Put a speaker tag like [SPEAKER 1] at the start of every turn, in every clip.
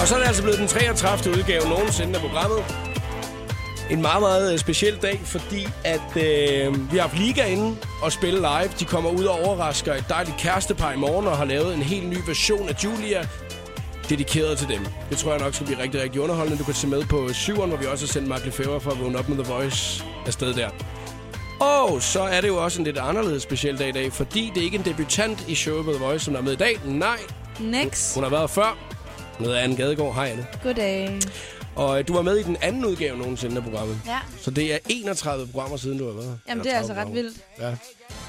[SPEAKER 1] Og så er det altså blevet den 33. udgave nogensinde af programmet. En meget, meget øh, speciel dag, fordi at øh, vi har haft Liga inde og spille live. De kommer ud og overrasker et dejligt kærestepar i morgen og har lavet en helt ny version af Julia, dedikeret til dem. Det tror jeg nok skal blive rigtig, rigtig underholdende. Du kan se med på syveren, hvor vi også har sendt Mark Lefebvre for at vågne op med The Voice afsted der. Og så er det jo også en lidt anderledes speciel dag i dag, fordi det er ikke en debutant i showet på The Voice, som der er med i dag. Nej,
[SPEAKER 2] Next.
[SPEAKER 1] hun har været før. Hun hedder Anne Gadegaard. Hej, Anne.
[SPEAKER 2] Goddag.
[SPEAKER 1] Og øh, du var med i den anden udgave nogensinde af programmet.
[SPEAKER 2] Ja.
[SPEAKER 1] Så det er 31 programmer siden, du har været her.
[SPEAKER 2] Jamen,
[SPEAKER 1] Eller
[SPEAKER 2] det er
[SPEAKER 1] 30
[SPEAKER 2] altså ret
[SPEAKER 1] programmer.
[SPEAKER 2] vildt.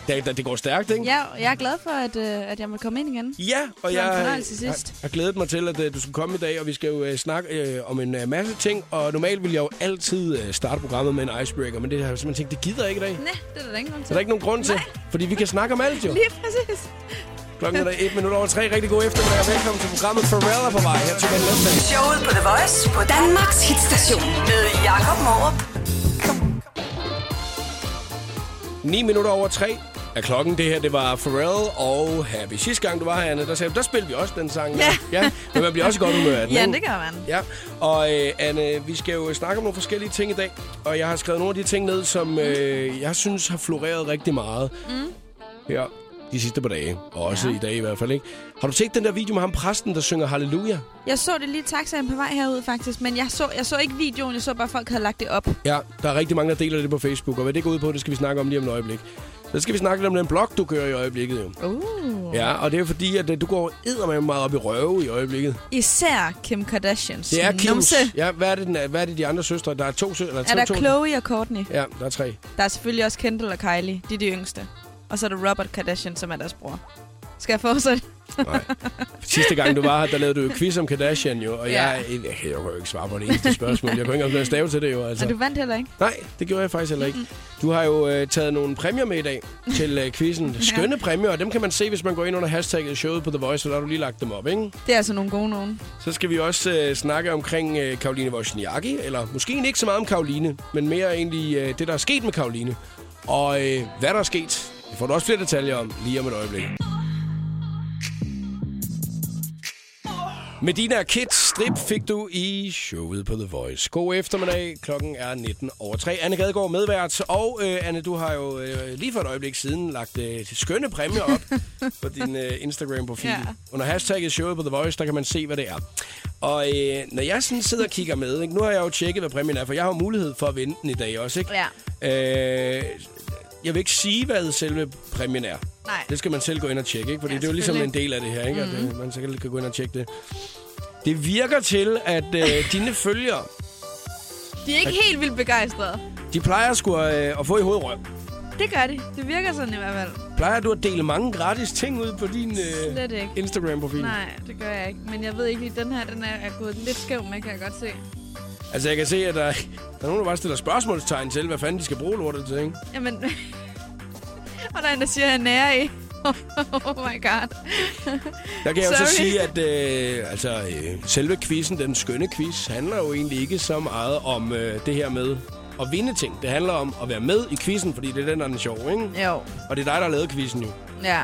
[SPEAKER 1] Ja. Det, det går stærkt, ikke?
[SPEAKER 2] Ja, og jeg er glad for, at, øh, at jeg må komme ind igen.
[SPEAKER 1] Ja, og
[SPEAKER 2] Det var en
[SPEAKER 1] jeg
[SPEAKER 2] fornøjelse sidst.
[SPEAKER 1] har, har glædet mig til, at øh, du skulle komme i dag, og vi skal jo øh, snakke øh, om en øh, masse ting. Og normalt vil jeg jo altid øh, starte programmet med en icebreaker, men det har jeg simpelthen tænkt, det gider jeg ikke i dag.
[SPEAKER 2] Nej, det er der da ingen grund
[SPEAKER 1] Så
[SPEAKER 2] til.
[SPEAKER 1] der er ikke nogen grund til,
[SPEAKER 2] Nej.
[SPEAKER 1] fordi vi kan snakke om alt jo.
[SPEAKER 2] Lige præcis.
[SPEAKER 1] Klokken er der et minut over tre. Rigtig god eftermiddag, og velkommen til programmet Pharrell er på vej. Her til Ben Løfdag.
[SPEAKER 3] Showet på The Voice på Danmarks hitstation med Jakob Morup.
[SPEAKER 1] 9 minutter over 3 er klokken. Det her, det var Pharrell og Happy. Sidste gang, du var her, Anne, der sagde du, der spillede vi også den sang. der."
[SPEAKER 2] Ja.
[SPEAKER 1] ja men man bliver også i godt humør af den.
[SPEAKER 2] Ja,
[SPEAKER 1] ikke?
[SPEAKER 2] det gør man.
[SPEAKER 1] Ja, og øh, Anne, vi skal jo snakke om nogle forskellige ting i dag. Og jeg har skrevet nogle af de ting ned,
[SPEAKER 2] Mm.
[SPEAKER 1] som øh, jeg synes har floreret rigtig meget. Mm. Her de sidste par dage. Og også ja. i dag i hvert fald, ikke? Har du set den der video med ham præsten, der synger halleluja?
[SPEAKER 2] Jeg så det lige i taxaen på vej herud, faktisk. Men jeg så, jeg så ikke videoen, jeg så bare, at folk havde lagt det op.
[SPEAKER 1] Ja, der er rigtig mange, der deler det på Facebook. Og hvad det går ud på, det skal vi snakke om lige om et øjeblik. Så skal vi snakke lidt om den blog, du kører i øjeblikket jo.
[SPEAKER 2] Uh.
[SPEAKER 1] Ja, og det er jo fordi, at øh, du går eddermame meget op i røve i øjeblikket.
[SPEAKER 2] Især Kim Kardashians
[SPEAKER 1] Det er Kims.
[SPEAKER 2] numse.
[SPEAKER 1] Ja, hvad er det, den er? hvad er det de andre søstre? Der er to søstre. Eller
[SPEAKER 2] Er der
[SPEAKER 1] to, to,
[SPEAKER 2] Chloe og Kourtney?
[SPEAKER 1] Ja, der er tre.
[SPEAKER 2] Der er selvfølgelig også Kendall og Kylie. De er de yngste. Og så er der Robert Kardashian, som er deres bror. Skal jeg fortsætte?
[SPEAKER 1] Nej. Sidste gang du var her, der lavede du jo quiz om Kardashian jo, og
[SPEAKER 2] Ja.
[SPEAKER 1] jeg, jeg, jeg kan jo ikke svare på det eneste spørgsmål. Jeg kunne ikke engang stave til det jo, altså.
[SPEAKER 2] Og du vandt heller ikke?
[SPEAKER 1] Nej, det gjorde jeg faktisk heller ikke. Du har jo øh, taget nogle præmier med i dag til øh, quizzen. Skønne præmier, og dem kan man se, hvis man går ind under hashtagget showet på The Voice, så der har du lige lagt dem op, ikke?
[SPEAKER 2] Det er altså nogle gode nogen.
[SPEAKER 1] Så skal vi også øh, snakke omkring øh, Karoline Wozniacki, eller måske egentlig ikke så meget om Karoline, men mere egentlig øh, det, der er sket med Karoline. Og øh, hvad der er sket, det får du også flere detaljer om lige om et øjeblik. Medina Kids strip fik du i showet på The Voice. God eftermiddag, klokken er 19 over 3. Anne Gadegaard medvært, og øh, Anne, du har jo øh, lige for et øjeblik siden lagt øh, skønne præmier op på din øh, Instagram-profil.
[SPEAKER 2] Ja.
[SPEAKER 1] Under hashtagget showet på The Voice, der kan man se, hvad det er. Og øh, når jeg sådan sidder og kigger med, ikke, nu har jeg jo tjekket, hvad præmien er, for jeg har jo mulighed for at vinde den i dag også. Ikke? Øh, jeg vil ikke sige, hvad selve præmien er.
[SPEAKER 2] Nej.
[SPEAKER 1] Det skal man selv gå ind og tjekke, ikke? Fordi
[SPEAKER 2] Ja, Mhm.
[SPEAKER 1] det er jo ligesom en del af det her, ikke? Mm. At, øh, man sikkert kan gå ind og tjekke det. Det virker til, at øh, dine følgere,
[SPEAKER 2] De er ikke helt vildt begejstrede.
[SPEAKER 1] de plejer sgu øh, at få i hovedrøm.
[SPEAKER 2] Det gør de. Det virker sådan i hvert fald.
[SPEAKER 1] Plejer du at dele mange gratis ting ud på din
[SPEAKER 2] Slet
[SPEAKER 1] øh,
[SPEAKER 2] ikke.
[SPEAKER 1] Instagram-profil?
[SPEAKER 2] Nej, det gør jeg ikke. Men jeg ved ikke lige, den her den er, er gået lidt skæv med, kan jeg godt se.
[SPEAKER 1] Altså, jeg kan se, at der, der er nogen, der bare stiller spørgsmålstegn til, hvad fanden de skal bruge lortet til, ikke?
[SPEAKER 2] Jamen, og der er en, der siger, at jeg er nære i. oh my god.
[SPEAKER 1] Der kan jeg jo så
[SPEAKER 2] Sorry.
[SPEAKER 1] sige, at øh, altså, øh, selve quizzen, den skønne quiz, handler jo egentlig ikke så meget om øh, det her med at vinde ting. Det handler om at være med i quizzen, fordi det er den, der er den sjove, ikke?
[SPEAKER 2] Jo,
[SPEAKER 1] Og det er dig, der har lavet quizzen jo.
[SPEAKER 2] ja.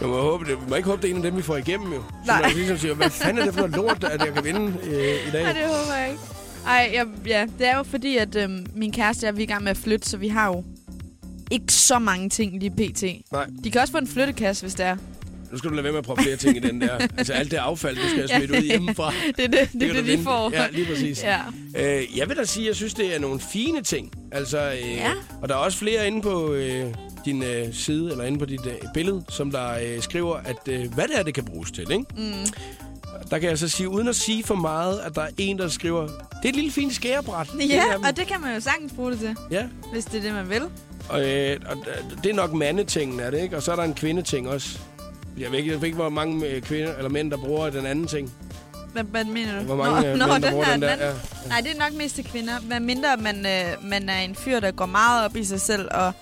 [SPEAKER 1] Jeg må, håbe, det, vi må ikke håbe, det er en af dem, vi får igennem jo. Så
[SPEAKER 2] Nej.
[SPEAKER 1] man ligesom siger, hvad fanden er det for noget lort, at jeg kan vinde øh, i dag?
[SPEAKER 2] Ej, det håber jeg ikke. Ej, jeg, ja, det er jo fordi, at øhm, min kæreste og jeg, vi er i gang med at flytte, så vi har jo ikke så mange ting lige pt.
[SPEAKER 1] Nej,
[SPEAKER 2] De kan også få en flyttekasse, hvis det er.
[SPEAKER 1] nu skal du lade være med at proppe flere ting i den der. Altså alt det affald, du skal
[SPEAKER 2] Ja.
[SPEAKER 1] smide ud hjemmefra.
[SPEAKER 2] Det er det, det,
[SPEAKER 1] kan
[SPEAKER 2] det,
[SPEAKER 1] du
[SPEAKER 2] det de
[SPEAKER 1] vinde.
[SPEAKER 2] får.
[SPEAKER 1] Ja, lige præcis.
[SPEAKER 2] Ja.
[SPEAKER 1] Øh, jeg vil da sige, at jeg synes, det er nogle fine ting. Altså, øh,
[SPEAKER 2] Ja.
[SPEAKER 1] Og der er også flere inde på øh, din øh, side, eller inde på dit øh, billede, som der øh, skriver, at øh, hvad det er, det kan bruges til. Ikke? Mm. Der kan jeg så sige, uden at sige for meget, at der er en, der skriver, det er et lille fint skærebræt. Det er,
[SPEAKER 2] ja, og det kan man jo sagtens bruge det til,
[SPEAKER 1] ja.
[SPEAKER 2] hvis det er det, man vil.
[SPEAKER 1] Og, øh, og d- det er nok mandetingen, er det ikke? Og så er der en kvindeting også. Jeg ved ikke, jeg ved ikke hvor mange øh, kvinder eller mænd, der bruger den anden ting.
[SPEAKER 2] Hvad, hvad mener du?
[SPEAKER 1] Hvor mange øh, mænd, der bruger den der. Ja.
[SPEAKER 2] Nej, det er nok mest til kvinder. Hvad mindre man, øh, man er en fyr, der går meget op i sig selv. Og,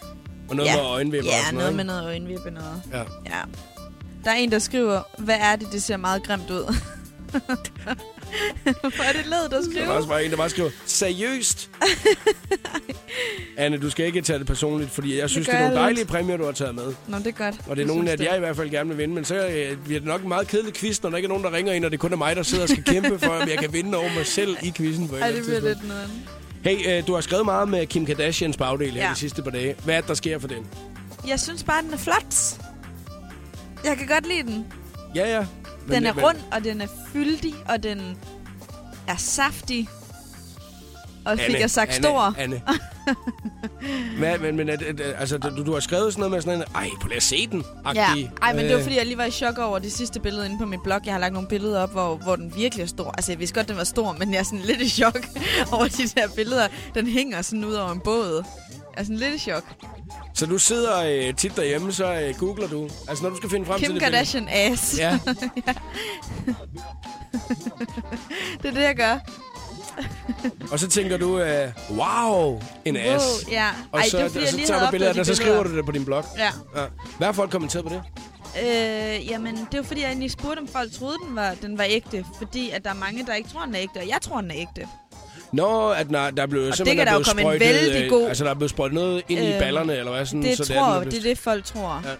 [SPEAKER 1] Og noget
[SPEAKER 2] Ja.
[SPEAKER 1] med øjenvipper og
[SPEAKER 2] ja,
[SPEAKER 1] sådan noget.
[SPEAKER 2] noget med
[SPEAKER 1] ikke?
[SPEAKER 2] noget øjenvippe noget.
[SPEAKER 1] Ja.
[SPEAKER 2] Ja. Der er en, der skriver, hvad er det, det ser meget grimt ud? Hvor er det ledet
[SPEAKER 1] Der
[SPEAKER 2] at
[SPEAKER 1] var også
[SPEAKER 2] skrive?
[SPEAKER 1] bare en, der bare skrev, seriøst? Anne, du skal ikke tage det personligt, fordi jeg synes, det,
[SPEAKER 2] gør
[SPEAKER 1] er nogle
[SPEAKER 2] jeg
[SPEAKER 1] dejlige præmier, du har taget med.
[SPEAKER 2] Nå, det er
[SPEAKER 1] Og
[SPEAKER 2] godt.
[SPEAKER 1] det er
[SPEAKER 2] Jeg
[SPEAKER 1] nogle
[SPEAKER 2] synes
[SPEAKER 1] af, jeg i hvert fald gerne vil vinde, men så øh, bliver det nok en meget kedelig quiz, når der ikke er nogen, der ringer ind, og det kun er mig, der sidder og skal kæmpe for, at jeg kan vinde over mig selv i quizzen på et
[SPEAKER 2] Ej,
[SPEAKER 1] eller
[SPEAKER 2] det
[SPEAKER 1] andet
[SPEAKER 2] bliver
[SPEAKER 1] tidspunkt.
[SPEAKER 2] lidt noget andet.
[SPEAKER 1] Hey, øh, du har skrevet meget med Kim Kardashians bagdel her
[SPEAKER 2] Ja.
[SPEAKER 1] de sidste par dage. Hvad er det, der sker for den?
[SPEAKER 2] Jeg synes bare, den er flot. Jeg kan godt lide den.
[SPEAKER 1] Ja, ja. Men,
[SPEAKER 2] Den er
[SPEAKER 1] men-
[SPEAKER 2] rund, og den er fyldig, og den er saftig. Og fik jeg sagt
[SPEAKER 1] Anne,
[SPEAKER 2] stor.
[SPEAKER 1] Anne. Hvad, men men at, at, altså, du, du har skrevet sådan noget med sådan en, ej, prøv lige at se den.
[SPEAKER 2] Ja, Ej, men det
[SPEAKER 1] Øh.
[SPEAKER 2] var fordi, jeg lige var i chok over det sidste billede inde på min blog. Jeg har lagt nogle billeder op, hvor, hvor den virkelig er stor. Altså, jeg vidste godt, den var stor, men jeg er sådan lidt i chok over de der billeder. Den hænger sådan ud over en båd. Jeg er sådan lidt i chok.
[SPEAKER 1] Så du sidder øh, tit derhjemme, så øh, googler du. Altså, når du skal finde frem til
[SPEAKER 2] Kim
[SPEAKER 1] det
[SPEAKER 2] Kardashian ass.
[SPEAKER 1] billede. Ja,
[SPEAKER 2] Det er det, jeg gør.
[SPEAKER 1] og så tænker du, øh, wow, en ass.
[SPEAKER 2] Wow, ja.
[SPEAKER 1] Og
[SPEAKER 2] Ej,
[SPEAKER 1] så,
[SPEAKER 2] det var, fordi
[SPEAKER 1] og
[SPEAKER 2] jeg
[SPEAKER 1] så
[SPEAKER 2] lige
[SPEAKER 1] tager
[SPEAKER 2] havde
[SPEAKER 1] du billeder af den, og så
[SPEAKER 2] opdaget de
[SPEAKER 1] skriver du det på din blog.
[SPEAKER 2] Ja.
[SPEAKER 1] Ja. Hvad har folk kommenteret på det?
[SPEAKER 2] Øh, jamen, det var fordi, jeg egentlig spurgte, om folk troede, den var, den var ægte. Fordi at der er mange, der ikke tror, den er ægte, og jeg tror, den er ægte.
[SPEAKER 1] Mm, Nå, at nej, der er blevet, simpelthen
[SPEAKER 2] kan
[SPEAKER 1] er
[SPEAKER 2] der jo
[SPEAKER 1] blevet
[SPEAKER 2] komme en
[SPEAKER 1] sprøjtet,
[SPEAKER 2] vældig
[SPEAKER 1] øh,
[SPEAKER 2] god-
[SPEAKER 1] Altså, der er blevet sprøjtet noget ind i
[SPEAKER 2] Øhm,
[SPEAKER 1] ballerne, eller hvad? Sådan,
[SPEAKER 2] Det
[SPEAKER 1] så
[SPEAKER 2] så
[SPEAKER 1] er, den
[SPEAKER 2] tror,
[SPEAKER 1] er
[SPEAKER 2] det,
[SPEAKER 1] blevet-
[SPEAKER 2] det er det, folk tror.
[SPEAKER 1] Ja.
[SPEAKER 2] Ja.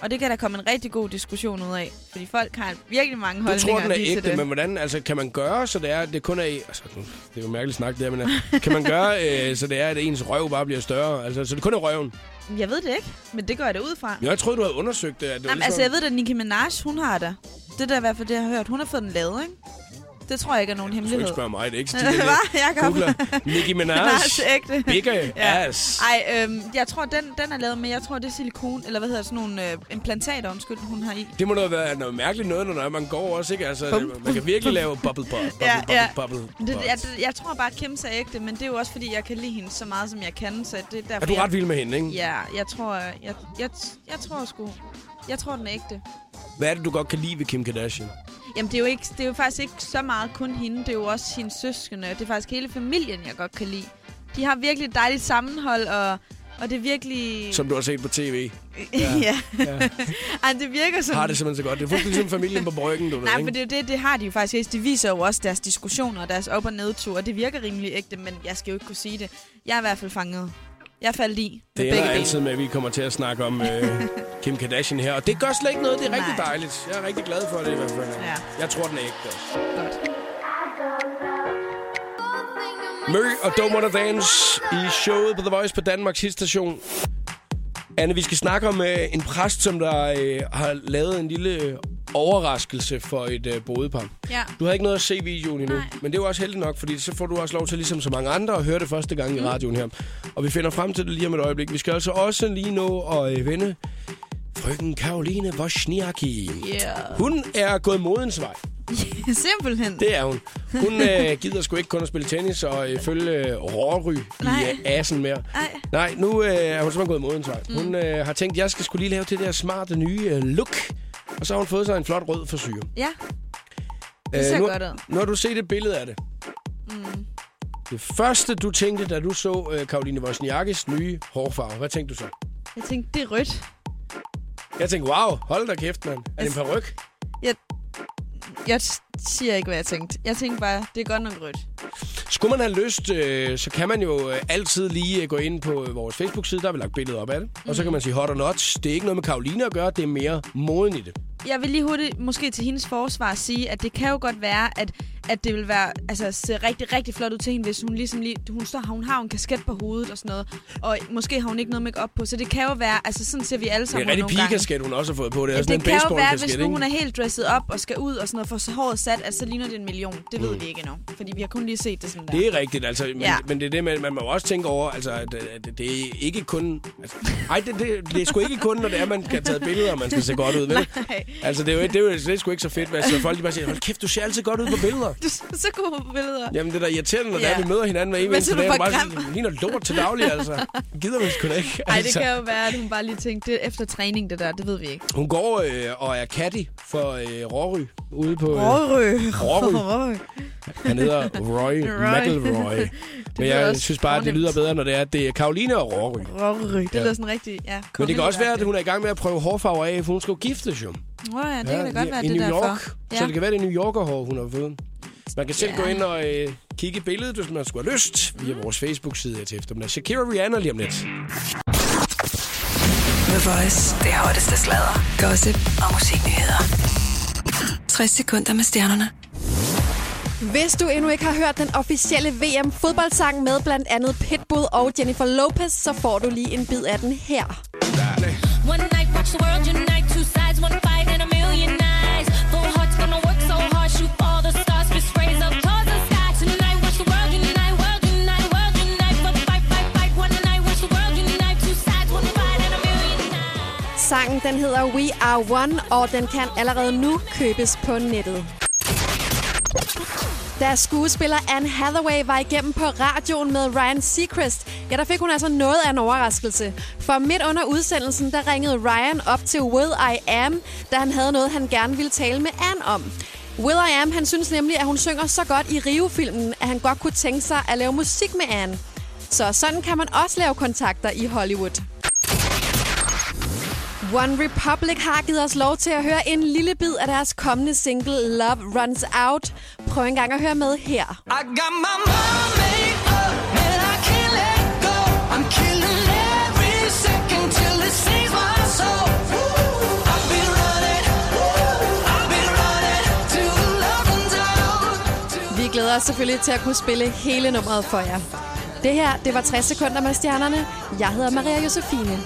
[SPEAKER 2] Og det kan der komme en rigtig god diskussion ud af. Fordi folk har virkelig mange
[SPEAKER 1] Du tror,
[SPEAKER 2] holdninger
[SPEAKER 1] den er
[SPEAKER 2] lige til
[SPEAKER 1] ægte,
[SPEAKER 2] det.
[SPEAKER 1] men hvordan altså, kan man gøre, så det er, at det kun er... Altså, nu- det er jo mærkeligt snak, det her, men øh, kan man gøre, øh, så det er, at ens røv bare bliver større? Altså, så det kun er røven.
[SPEAKER 2] Jeg ved det ikke, men det går jeg da ud fra.
[SPEAKER 1] Jo, Jeg troede, du havde undersøgt det. At det var
[SPEAKER 2] Jamen, altså, jeg ved da, at Nicki Minaj, hun har det. Det er da i hvert fald det, jeg har hørt. Hun har fået den lavet, ikke? Det tror jeg ikke er nogen
[SPEAKER 1] Du skal
[SPEAKER 2] hemmelighed.
[SPEAKER 1] ikke spørge mig, det er ikke sådan,
[SPEAKER 2] Hvad, Jacob?
[SPEAKER 1] Googler Nicki Minaj,
[SPEAKER 2] Nej, det er ægte.
[SPEAKER 1] big ass.
[SPEAKER 2] Ej, øhm, jeg tror, den, den er lavet, men jeg tror, det er silikon, eller hvad hedder det, sådan nogle øh, implantater, undskyld, hun har i.
[SPEAKER 1] Det må da være noget mærkeligt noget, når man går også, ikke? Altså,
[SPEAKER 2] Bum.
[SPEAKER 1] man kan virkelig lave bubble pop. Bubble,
[SPEAKER 2] Ja, ja.
[SPEAKER 1] bubble, bubble,
[SPEAKER 2] Det,
[SPEAKER 1] bubble.
[SPEAKER 2] jeg, det, jeg tror bare, at Kim er ægte, men det er jo også, fordi jeg kan lide hende så meget, som jeg kan, så det er derfor...
[SPEAKER 1] Er du
[SPEAKER 2] jeg-
[SPEAKER 1] ret vild med hende, ikke?
[SPEAKER 2] Ja, jeg tror, jeg, jeg, jeg, jeg tror sgu... Jeg tror, den er ægte.
[SPEAKER 1] Hvad er det, du godt kan lide ved Kim Kardashian?
[SPEAKER 2] Jamen, det er, jo ikke, det er jo faktisk ikke så meget kun hende. Det er jo også hendes søskende. Det er faktisk hele familien, jeg godt kan lide. De har virkelig et dejligt sammenhold, og, og det er virkelig...
[SPEAKER 1] Som du har set på tv.
[SPEAKER 2] ja. ja.
[SPEAKER 1] Ja.
[SPEAKER 2] Ej, det virker som...
[SPEAKER 1] Har det simpelthen så godt. Det er fuldstændig som familien på bryggen, du ved,
[SPEAKER 2] Nej,
[SPEAKER 1] ikke?
[SPEAKER 2] for det, er jo det, det har de jo faktisk ikke. De viser jo også deres diskussioner og deres op- og nedtur, og det virker rimelig ægte, men jeg skal jo ikke kunne sige det. Jeg er i hvert fald fanget. Jeg faldt i med
[SPEAKER 1] Det
[SPEAKER 2] begge
[SPEAKER 1] ender
[SPEAKER 2] ben.
[SPEAKER 1] altid med, at vi kommer til at snakke om øh, Kim Kardashian her. Og det gør slet ikke noget. Det er rigtig
[SPEAKER 2] Nej.
[SPEAKER 1] dejligt. Jeg er rigtig glad for det i hvert fald.
[SPEAKER 2] Ja.
[SPEAKER 1] Jeg tror, den er ægte også.
[SPEAKER 2] Godt.
[SPEAKER 1] Mø og Don't Wanna Dance i showet på The Voice på Danmarks hitstation. Anne, vi skal snakke om øh, en præst, som der øh, har lavet en lille øh, overraskelse for et øh, bodepar.
[SPEAKER 2] Ja.
[SPEAKER 1] Du havde ikke noget at se videoen endnu,
[SPEAKER 2] Nej.
[SPEAKER 1] men det er jo også heldigt nok, fordi så får du også lov til, ligesom så mange andre, at høre det første gang i radioen her. Og vi finder frem til det lige om et øjeblik. Vi skal altså også lige nå at øh, vende frøken Karoline Wozniacki.
[SPEAKER 2] Yeah.
[SPEAKER 1] Hun er gået modens vej.
[SPEAKER 2] Simpelthen.
[SPEAKER 1] Det er hun. Hun øh, gider sgu ikke kun at spille tennis og øh, følge øh, råry i
[SPEAKER 2] Nej.
[SPEAKER 1] øh, assen mere.
[SPEAKER 2] Ej.
[SPEAKER 1] Nej, nu øh, er hun simpelthen gået modens vej. Mm. Hun øh, har tænkt, jeg skal skulle lige lave det der smarte nye øh, look. Og så har hun fået sig en flot rød forsyre.
[SPEAKER 2] Ja. Det ser
[SPEAKER 1] nu,
[SPEAKER 2] godt ud.
[SPEAKER 1] Nu har du set et billede af det. Mm. Det første, du tænkte, da du så øh, Karoline Wozniakis nye hårfarve, hvad tænkte du så?
[SPEAKER 2] Jeg tænkte, det er rødt.
[SPEAKER 1] Jeg tænkte, wow, hold da kæft, mand. Er det en peruk?
[SPEAKER 2] Jeg s- siger ikke, hvad jeg tænkte. Jeg tænkte bare, det er godt nok rødt.
[SPEAKER 1] Skulle man have lyst, øh, så kan man jo øh, altid lige øh, gå ind på øh, vores Facebook-side, der har vi lagt billedet op af det. Og så kan man sige hot or not. Det er ikke noget med Karoline at gøre, det er mere moden i det.
[SPEAKER 2] Jeg vil lige hurtigt, måske til hendes forsvar, sige, at det kan jo godt være, at, at det vil være, altså, se rigtig, rigtig flot ud til hende, hvis hun ligesom lige, hun, står, hun har jo en kasket på hovedet og sådan noget, og måske har hun ikke noget makeup på, så det kan jo være, altså sådan ser vi alle
[SPEAKER 1] Det er
[SPEAKER 2] sammen
[SPEAKER 1] en rigtig
[SPEAKER 2] nogle gange.
[SPEAKER 1] pigekasket, hun også har fået på. Det er
[SPEAKER 2] Ja,
[SPEAKER 1] sådan
[SPEAKER 2] det
[SPEAKER 1] en
[SPEAKER 2] kan jo være,
[SPEAKER 1] baseballkasket,
[SPEAKER 2] hvis
[SPEAKER 1] ikke?
[SPEAKER 2] nu hun er helt dresset op og skal ud og sådan noget, for så håret sat, altså så ligner det en million. Det ved vi ikke endnu, fordi vi har kun lige set det sådan der.
[SPEAKER 1] Mm. Det er rigtigt, altså. Men, ja.
[SPEAKER 2] Ja.
[SPEAKER 1] men det er det, man, man må jo også tænke over, altså, at, at det er ikke kun... Altså, ej, det, det, det er sgu ikke kun, når det er, man kan tage billeder, og man skal se godt ud, vel?
[SPEAKER 2] Nej.
[SPEAKER 1] Altså, det er jo, det er jo det er sgu ikke så fedt, hvad så folk de bare siger, hold kæft, du ser altid godt ud på billeder.
[SPEAKER 2] Du så så gode billeder.
[SPEAKER 1] Jamen, det er da irriterende, når ja.
[SPEAKER 2] Ja.
[SPEAKER 1] vi møder hinanden hver evig
[SPEAKER 2] Men
[SPEAKER 1] eneste
[SPEAKER 2] så er
[SPEAKER 1] dag.
[SPEAKER 2] du
[SPEAKER 1] og
[SPEAKER 2] bare
[SPEAKER 1] Bare sådan, ligner lort til daglig, altså. Gider man sgu da ikke.
[SPEAKER 2] Nej, det
[SPEAKER 1] altså.
[SPEAKER 2] kan jo være, at hun bare lige tænkte, det er efter træning, det der, det ved vi ikke.
[SPEAKER 1] Hun går øh, og er caddy for øh, Rory ude på... Øh,
[SPEAKER 2] Rorø.
[SPEAKER 1] Rorø. han hedder Roy McElroy. Men
[SPEAKER 2] lyder
[SPEAKER 1] jeg
[SPEAKER 2] også
[SPEAKER 1] synes bare, at det
[SPEAKER 2] fornemt.
[SPEAKER 1] lyder bedre, når det er, at det er Karoline og Rory.
[SPEAKER 2] Rorø. Det
[SPEAKER 1] Ja.
[SPEAKER 2] lyder sådan rigtigt, ja.
[SPEAKER 1] Men det kan også være, at hun er i gang med at prøve hårfarver af, for hun skal jo giftes jo.
[SPEAKER 2] Åh oh, ja, det kan da godt være,
[SPEAKER 1] i
[SPEAKER 2] det
[SPEAKER 1] New
[SPEAKER 2] derfor.
[SPEAKER 1] York. Så det kan være, det er New Yorker hår, hun har fået. Man kan selv
[SPEAKER 2] Ja.
[SPEAKER 1] gå ind og øh, kigge i billedet, hvis man skulle have lyst, via vores Facebook-side her til eftermiddag. Shakira og Rihanna lige om lidt.
[SPEAKER 3] The Voice. Det hotteste sladder, gossip og musiknyheder. 60 sekunder med stjernerne.
[SPEAKER 4] Hvis du endnu ikke har hørt den officielle VM-fodboldsang med blandt andet Pitbull og Jennifer Lopez, så får du lige en bid af den her.
[SPEAKER 5] One night, watch the world unite. Two sides, one fight, and a million eyes. Full hearts gonna work so hard, shoot all the stars, fist raise up towards the sky. Tonight, watch the world unite, world unite, world unite. For the fight, fight, fight. One night, watch the world unite. Two sides, one fight, and a million eyes.
[SPEAKER 4] Sangen den hedder We Are One, og den kan allerede nu købes på nettet. Da skuespiller Anne Hathaway var igennem på radioen med Ryan Seacrest, ja, der fik hun altså noget af en overraskelse. For midt under udsendelsen, der ringede Ryan op til Will I Am, da han havde noget, han gerne ville tale med Anne om. Will I Am, han synes nemlig, at hun synger så godt i Rio-filmen, at han godt kunne tænke sig at lave musik med Anne. Så sådan kan man også lave kontakter i Hollywood. One Republic har givet os lov til at høre en lille bid af deres kommende single Love Runs Out. Prøv en gang at høre med her.
[SPEAKER 6] I got my mind made up and I can't let go. I'm killing every second till it sees my soul. I've been running, I've been running till the love runs out. Till
[SPEAKER 4] Vi glæder os selvfølgelig til at kunne spille hele nummeret for jer. Det her, det var 60 sekunder med stjernerne. Jeg hedder Maria Josefine.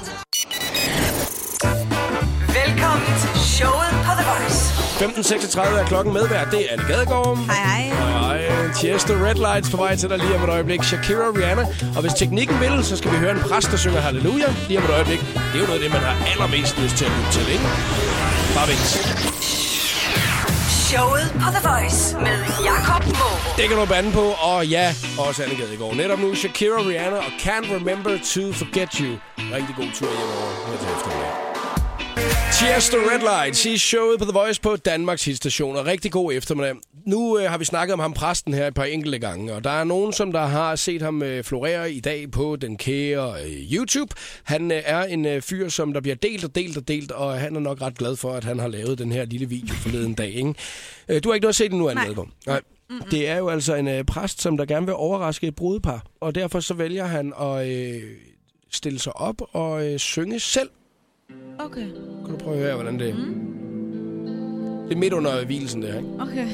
[SPEAKER 3] Velkommen til showet på The Voice.
[SPEAKER 1] 15.36 er klokken medvært. Det er Anne Gadegaard.
[SPEAKER 2] Hej, hej.
[SPEAKER 1] Hej, Tiesto Red Lights på vej til dig lige om et øjeblik. Shakira og Rihanna. Og hvis teknikken vil, så skal vi høre en præst, der synger halleluja lige om et øjeblik. Det er jo noget af det, man har allermest lyst til at lytte til, ikke? Bare vent.
[SPEAKER 3] Showet på The Voice med Jakob Morup.
[SPEAKER 1] Det kan du bande på, og ja, også Anne Gadegaard. Netop nu Shakira, Rihanna og Can't Remember to Forget You. Rigtig god tur hjemover her til eftermiddag. Tiesto Red Lights i showet på The Voice på Danmarks hitstation, og rigtig god eftermiddag. Nu øh, har vi snakket om ham præsten her et par enkelte gange, og der er nogen, som der har set ham øh, florere i dag på den kære øh, YouTube. Han øh, er en øh, fyr, som der bliver delt og delt og delt, og han er nok ret glad for, at han har lavet den her lille video forleden dag. Ikke? Øh, du har ikke noget at se det nu, Anne
[SPEAKER 2] Nej.
[SPEAKER 1] Ladegaard. Nej. Det er jo altså en øh, præst, som der gerne vil overraske et brudepar, og derfor så vælger han at øh, stille sig op og øh, synge selv
[SPEAKER 2] Okay,
[SPEAKER 1] kan du prøve at høre, hvordan det... Mm. Det er midt under hvilesen, det her, ikke?
[SPEAKER 2] okay.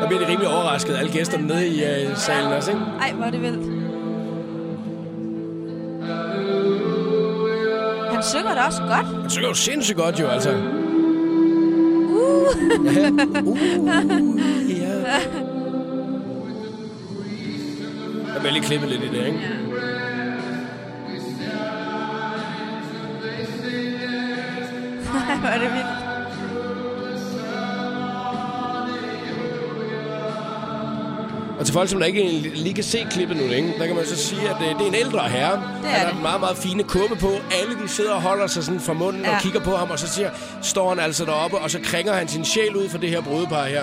[SPEAKER 1] Der bliver de rimelig overrasket, alle gæsterne nede i øh, salen også, ikke?
[SPEAKER 2] Ej, hvor er det vildt. Han synger da også godt.
[SPEAKER 1] Han synger jo sindssygt godt, jo, altså. Uh! uh, ja. Jeg vil lige klippe lidt i det, ikke?
[SPEAKER 2] Ej, hvor er det vildt.
[SPEAKER 1] Og til folk, som der ikke egentlig lige kan se klippet nu, ikke? der kan man så sige, at øh, det er en ældre herre.
[SPEAKER 2] Det er
[SPEAKER 1] han har
[SPEAKER 2] det.
[SPEAKER 1] en meget, meget fine kuppe på. Alle de sidder og holder sig sådan fra munden ja.
[SPEAKER 2] Ja.
[SPEAKER 1] og kigger på ham, og så siger, står han altså deroppe, og så krænger han sin sjæl ud for det her brudepar her.